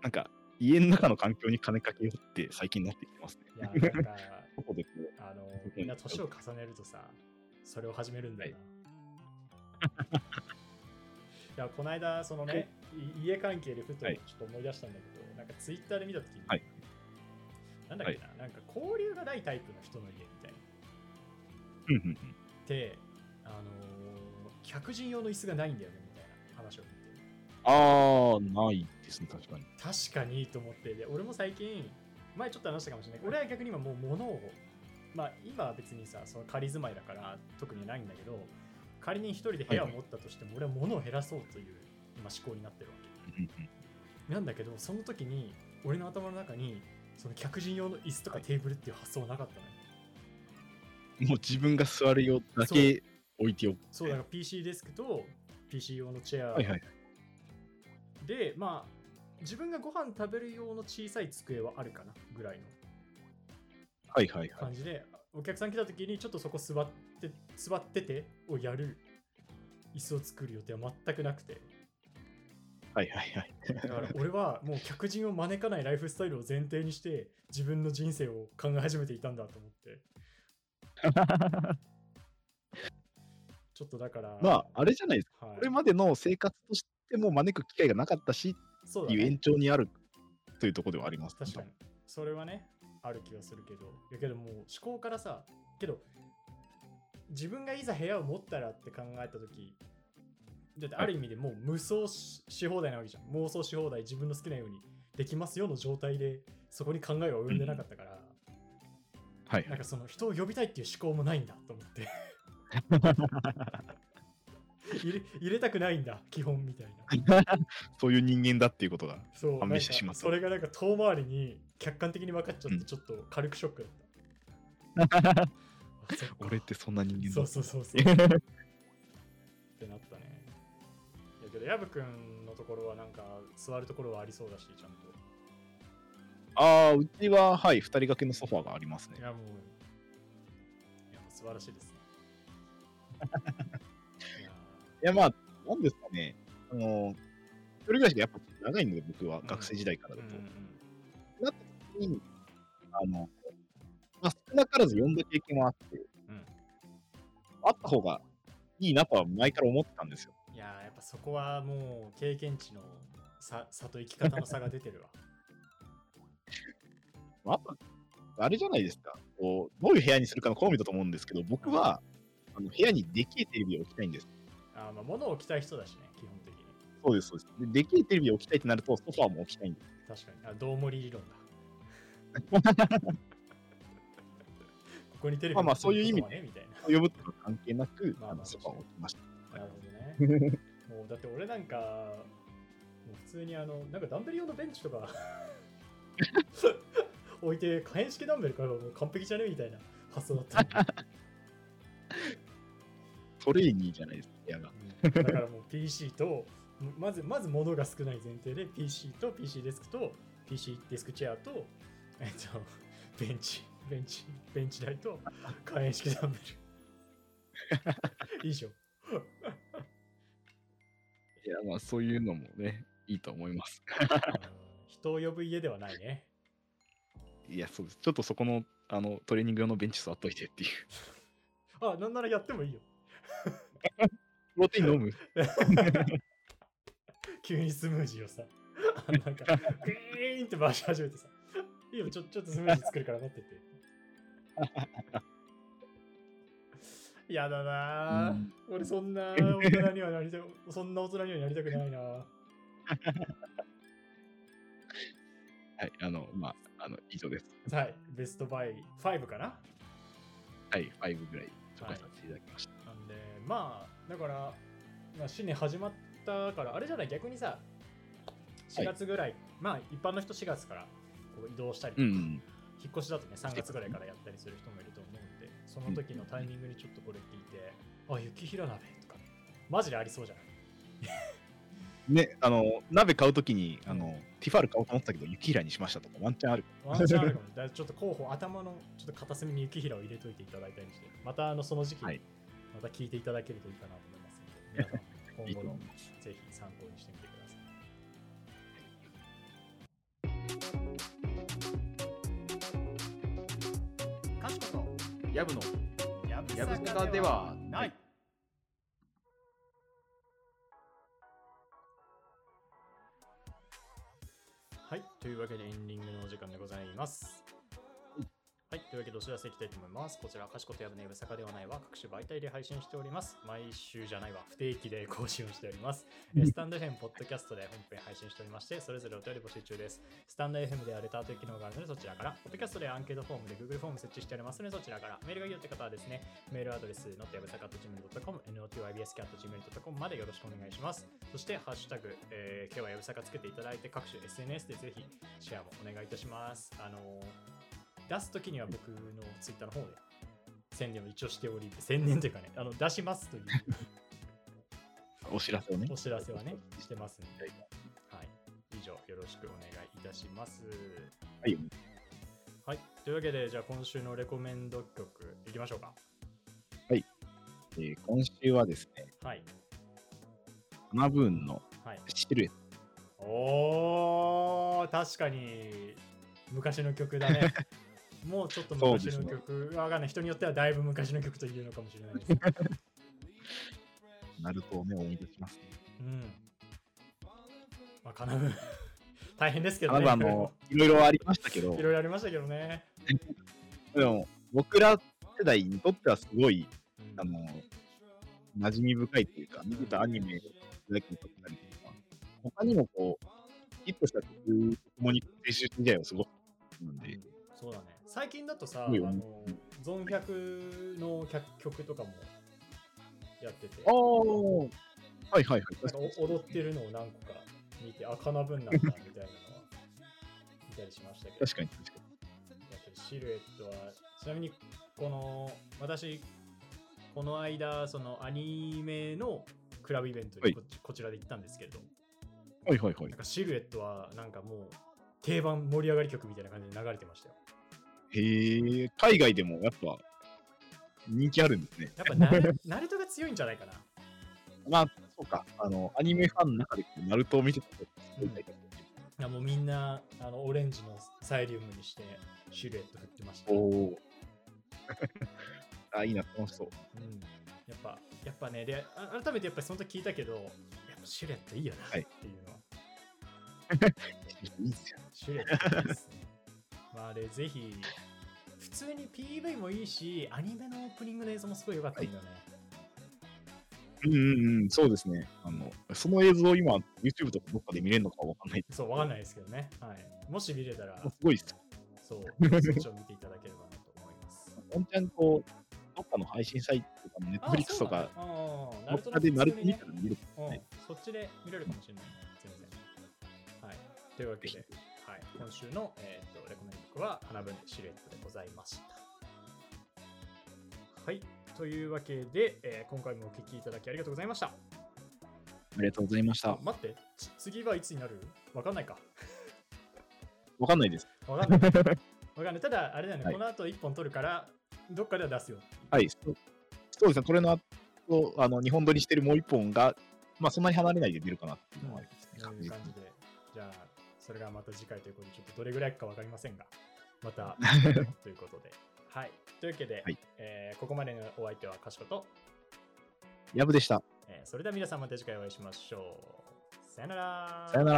Speaker 1: う、なんか家の中の環境に金かけようって最近なってきてます
Speaker 2: い
Speaker 1: ね
Speaker 2: や、。なんか、
Speaker 1: ここでこう
Speaker 2: あの、みんな年を重ねるとさ、それを始めるんだよな。いや、この間、そのね、い家関係でふとちょ
Speaker 1: は
Speaker 2: っ
Speaker 1: い
Speaker 2: と思い出したんだけど、なんかツイッターで見たときに、
Speaker 1: はい
Speaker 2: なんだっけな、なんか交流がないタイプの人の家みたいな。
Speaker 1: うんうんうん
Speaker 2: で、あのー客人用の椅子がないんだよね、みたいな話を聞いて。
Speaker 1: あー、ないですね、確かに。
Speaker 2: 確かにと思ってで俺も最近前ちょっと話したかもしれないけど俺は逆に今もう物をまあ今は別にさその仮住まいだから特にないんだけど仮に一人で部屋を持ったとしても俺は物を減らそうという今思考になってるわ
Speaker 1: うんうん
Speaker 2: けなんだけどその時に俺の頭の中にその客人用の椅子とかテーブルっていう発想はなかったのよ
Speaker 1: もう自分が座るよだけ置いておく。
Speaker 2: そうだから PC デスクと PC 用のチェア
Speaker 1: はいはい。
Speaker 2: でまあ自分がご飯食べる用の小さい机はあるかなぐらいの
Speaker 1: はいはいはい。
Speaker 2: 感じで、お客さん来た時にちょっとそこ座って、座っててをやる椅子を作る予定は全くなくて、
Speaker 1: はいはいはい。
Speaker 2: だから俺はもう客人を招かないライフスタイルを前提にして、自分の人生を考え始めていたんだと思って、
Speaker 1: *laughs*
Speaker 2: ちょっとだから、
Speaker 1: まあ、あれじゃないですか。
Speaker 2: はい、
Speaker 1: これまでの生活としても招く機会がなかったし
Speaker 2: そう
Speaker 1: っ
Speaker 2: だ
Speaker 1: ていう延
Speaker 2: ね、
Speaker 1: 長にあるというところではあります、
Speaker 2: 確かに。それはね、ある気がするけど、いやけどもう思考からさ、けど、自分がいざ部屋を持ったらって考えた時だってある意味でもう無双しし放題なわけじゃん妄想し放題自分の好きなようにできますよの状態でそこに考えは生んでなかったから、
Speaker 1: はい
Speaker 2: なんかその人を呼びたいっていう思考もないんだと思って *laughs* 入れ入れたくないんだ基本みたいな
Speaker 1: はい。そういう人間だっていうことが。
Speaker 2: そう
Speaker 1: 判
Speaker 2: な
Speaker 1: 明
Speaker 2: ん
Speaker 1: してしま
Speaker 2: か
Speaker 1: った
Speaker 2: それがなんか遠回りに客観的に分かっちゃっ
Speaker 1: う
Speaker 2: て
Speaker 1: ん
Speaker 2: ちょっと軽くショックだった、あそっか
Speaker 1: *laughs* 俺ってそんな人間だ。
Speaker 2: そうそうそ
Speaker 1: *laughs*
Speaker 2: うそうってなったねいやけど薮くんのところはなんか座るところはありそうだしちゃんと
Speaker 1: ああ、うちは、はい、二人掛けのソファーがありますね
Speaker 2: い。やもういやもう素晴らしいです
Speaker 1: *laughs*
Speaker 2: ねいや
Speaker 1: いや、まあ、なんですかね。あの、一人暮らしがやっぱ長いので、僕は
Speaker 2: ん
Speaker 1: 学生時代から
Speaker 2: ーう
Speaker 1: だ
Speaker 2: ん
Speaker 1: と。
Speaker 2: うん
Speaker 1: なった時に、あの、まあ、少なからず読んだ経験はあって、
Speaker 2: うん
Speaker 1: あった方がいいなとは前から思ってたんですよ。
Speaker 2: うんいやーやっぱそこはもう経験値の差差と生き方の差が出
Speaker 1: *laughs*
Speaker 2: てるわ
Speaker 1: まあ、あとあれじゃないですかこう、どういう部屋にするかの好みだと思うんですけど、僕はあの部屋にでけえテレビを置きたいんです。
Speaker 2: あーまあ物を置きたい人だしね基本的に
Speaker 1: そうです、そうです。ででけえテレビを置きたいってなると、ソファーも置きたいんです。
Speaker 2: 確かにあどうもり理論
Speaker 1: *laughs*
Speaker 2: だここにテレビ
Speaker 1: まあまあそういう意味で
Speaker 2: ねみたいな
Speaker 1: 呼ぶとか関係なく、
Speaker 2: まあまあ
Speaker 1: あのソファーを置きました。
Speaker 2: なるほどね。もうだって俺なんか、もう普通にあの、なんかダンベル用のベンチ
Speaker 1: *laughs*
Speaker 2: とか置いて、可変式ダンベルからもう完璧じゃねみたいな発想だったの。
Speaker 1: トレーニーじゃないですか、部屋が。
Speaker 2: うんだからもう PC と、まず、まず物が少ない前提で PC と PC デスクと PC デスクチェアと、えっと、ベンチ、ベンチ、ベンチ台と可変式ダンベル。いいでしょ。
Speaker 1: いや、まあ、そういうのもね、いいと思います。
Speaker 2: うん人を呼ぶ家ではないね。
Speaker 1: いや、そうです。ちょっとそこの、あの、トレーニング用のベンチ座っといてっていう。
Speaker 2: あ、なんならやってもいいよ。
Speaker 1: プロテイン飲む。
Speaker 2: 急にスムージーをさ、あのなんか、グイーンって回し始めてさ、いいよ、ちょちょっとスムージー作るから待ってって。やだなぁ、
Speaker 1: うん
Speaker 2: 俺そ
Speaker 1: *laughs*
Speaker 2: んな大人にはなりたく、そんな大人にはなりたくないなぁ。
Speaker 1: はい、あの、まあ、あの、以上です。
Speaker 2: はい、ベストバイ5かな
Speaker 1: はい、5ぐらい紹介させていただきました。
Speaker 2: なんで、まあ、だから、まあ、新年始まったから、あれじゃない、逆にさ、4月ぐらい、まあ、一般の人4月からこう移動したりと
Speaker 1: う
Speaker 2: か、
Speaker 1: ん。
Speaker 2: 引っ越しだとね、3月ぐらいからやったりする人もいると思うんで、その時のタイミングにちょっとこれ聞いて、あ、雪平鍋とかね、マジでありそうじゃない
Speaker 1: ね、あの、鍋買うときに、あの、ティファール買おうと思ったけど、雪平にしましたとか、ワンチャンある。
Speaker 2: ワンチャンあるかも。だからちょっと候補、頭のちょっと片隅に雪平を入れといていただいたりして、またあのその時期
Speaker 1: は
Speaker 2: に
Speaker 1: い、
Speaker 2: また聞いていただけるといいかなと思いますの
Speaker 1: い
Speaker 2: で、皆
Speaker 1: い
Speaker 2: さ
Speaker 1: と思
Speaker 2: ん、今後
Speaker 1: い
Speaker 2: の
Speaker 1: ます。
Speaker 2: ぜひ参考にしてみてください。かしこ
Speaker 3: ヤブの
Speaker 2: と、や
Speaker 3: やぶさかではない。
Speaker 2: はい、というわけでエンディングのお時間でございます。はい、というわけでお知らせいきたいと思います。こちら、かしことやぶねぶさかではないは各種媒体で配信しております。毎週じゃないわ、不定期で更新をしております。え
Speaker 3: *laughs*
Speaker 2: ースタンド FM、ポッドキャストで本編配信しておりまして、それぞれお便り募集中です。スタンド FM ではレターという機能があるのでそちらから、ポッドキャストでアンケートフォームで Google フォーム設置しておりますのでそちらから、メールがいいよって方はですね、メールアドレス、not やぶさか .gmail.com、notibscat.gmail.com までよろしくお願いします。そして、ハッシュタグ、えー今日はやぶさかつけていただいて、各種 SNS でぜひシェアもお願いいたします。あのー出すときには僕のツイッターの方で宣伝を一応しており、宣伝というかね、あの出しますという
Speaker 1: お知らせをね
Speaker 2: お。知らせは
Speaker 1: *laughs*
Speaker 2: ね、してますん
Speaker 1: は
Speaker 2: で
Speaker 1: い、
Speaker 2: はい。以上、よろしくお願いいたします。
Speaker 1: はい。
Speaker 2: はい。というわけで、じゃあ今週のレコメンド曲いきましょうか。
Speaker 1: えー今週はですね、
Speaker 2: はい。
Speaker 1: 花分の
Speaker 2: はい。
Speaker 1: シルエット。
Speaker 2: おー、確かに昔の曲だ
Speaker 1: *laughs*
Speaker 2: ね。もうちょっと昔
Speaker 1: そう
Speaker 2: の
Speaker 1: で
Speaker 2: 曲、わかんない。人によってはだいぶ昔の曲というのかもしれないです
Speaker 1: *laughs*
Speaker 2: けど。
Speaker 1: ナルトをね、思い出しますね。
Speaker 2: うん。まあ、かな *laughs* う。大変ですけど
Speaker 1: 花
Speaker 2: ね。
Speaker 1: 分、あの、いろいろありましたけど
Speaker 2: い、ろいろありましたけどね。
Speaker 1: でも、僕ら世代にとってはすごい、
Speaker 2: うん
Speaker 1: あの、馴染み深いというか、見てたアニメだけに撮ったりとか、他にもこう、ヒットした曲と共に青春時代を過ごすので、
Speaker 2: そうだね。最近だとさ、あ
Speaker 1: うん
Speaker 2: のゾン100の客曲とかもやってて、
Speaker 1: ああ、はいはいはい。
Speaker 2: なんかお踊ってるのを何個か見て、あ、かなぶんなんだみたいなのは見たりしましたけど、
Speaker 1: 確かに確かに。
Speaker 2: やっぱりシルエットは、ちなみにこの、私、この間、そのアニメのクラブイベント
Speaker 1: は
Speaker 2: に
Speaker 1: い
Speaker 2: こ,、こちらで行ったんですけれど、
Speaker 1: はいはいは
Speaker 2: なんかシルエットはなんかもう定番盛り上がり曲みたいな感じで流れてましたよ。
Speaker 1: い。へえ、海外でもやっぱ人気あるんですね。
Speaker 2: やっぱ
Speaker 1: *laughs*
Speaker 2: ナルナルトが強いんじゃないかな。
Speaker 1: まあ、そうか、あの、アニメファンの中でこうナルトを見てたと、
Speaker 2: うんいやもうみんなあのオレンジのサイリウムにしてシルエット振ってました、うん、
Speaker 1: お *laughs* お。あ、いいな、楽しそう。
Speaker 2: やっぱやっぱねであ改めてやっぱりその時聞いたけどやっぱシルエットいいよな
Speaker 1: はい
Speaker 2: っていうのは、
Speaker 1: いいっすよ。
Speaker 2: シルエットいいですねまああれぜひ普通に PV もいいしアニメのオープニングの映像もすごい良かったんだよね、
Speaker 1: うんうんうん、そうですね。あの、その映像を今、YouTube とかどっかで見れるのかわかんない。
Speaker 2: そうわかんないですけどね、はい、もし見れたら
Speaker 1: すごいっす。 *laughs*
Speaker 2: そうそっちを見ていただければなと思います
Speaker 1: ワンチャンこう、どっかの配信サイトとか、
Speaker 2: あ
Speaker 1: Netflix とか、
Speaker 2: そうだねうん
Speaker 1: どっかでナルト見たら見る。
Speaker 2: うん、そっちで見れるかもしれない、全然。はい、というわけで、はい、今週の、えー、とレコメンド曲は花分シルエットでございました。はい、というわけで、えー今回もお聴きいただきありがとうございました。
Speaker 1: ありがとうございました
Speaker 2: あ。待って、つ次はいつになるわかんないか。
Speaker 1: わかんないです。
Speaker 2: わ *laughs* かんない。わかんない。ただ、あれだよね、
Speaker 1: はい
Speaker 2: この後1本取るから、どっかでは出すよ。
Speaker 1: はい。そうそうですね、これの後、あの、日本撮りしてるもう一本が、まあ、そんなに離れないで出るかなっていうのはありますね、
Speaker 2: と
Speaker 1: 確
Speaker 2: いう
Speaker 1: 実
Speaker 2: 感
Speaker 1: に
Speaker 2: じで、じゃあ、それがまた次回ということで、ちょっとどれぐらいかわかりませんが、ま *laughs* たということで。はい。というわけで、
Speaker 1: はい
Speaker 2: えーここまでのお相手はかしこと、
Speaker 1: やぶでした。
Speaker 2: えーそれでは皆さんまた次回お会いしましょう。さよなら
Speaker 1: さよな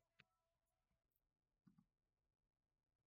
Speaker 1: ら。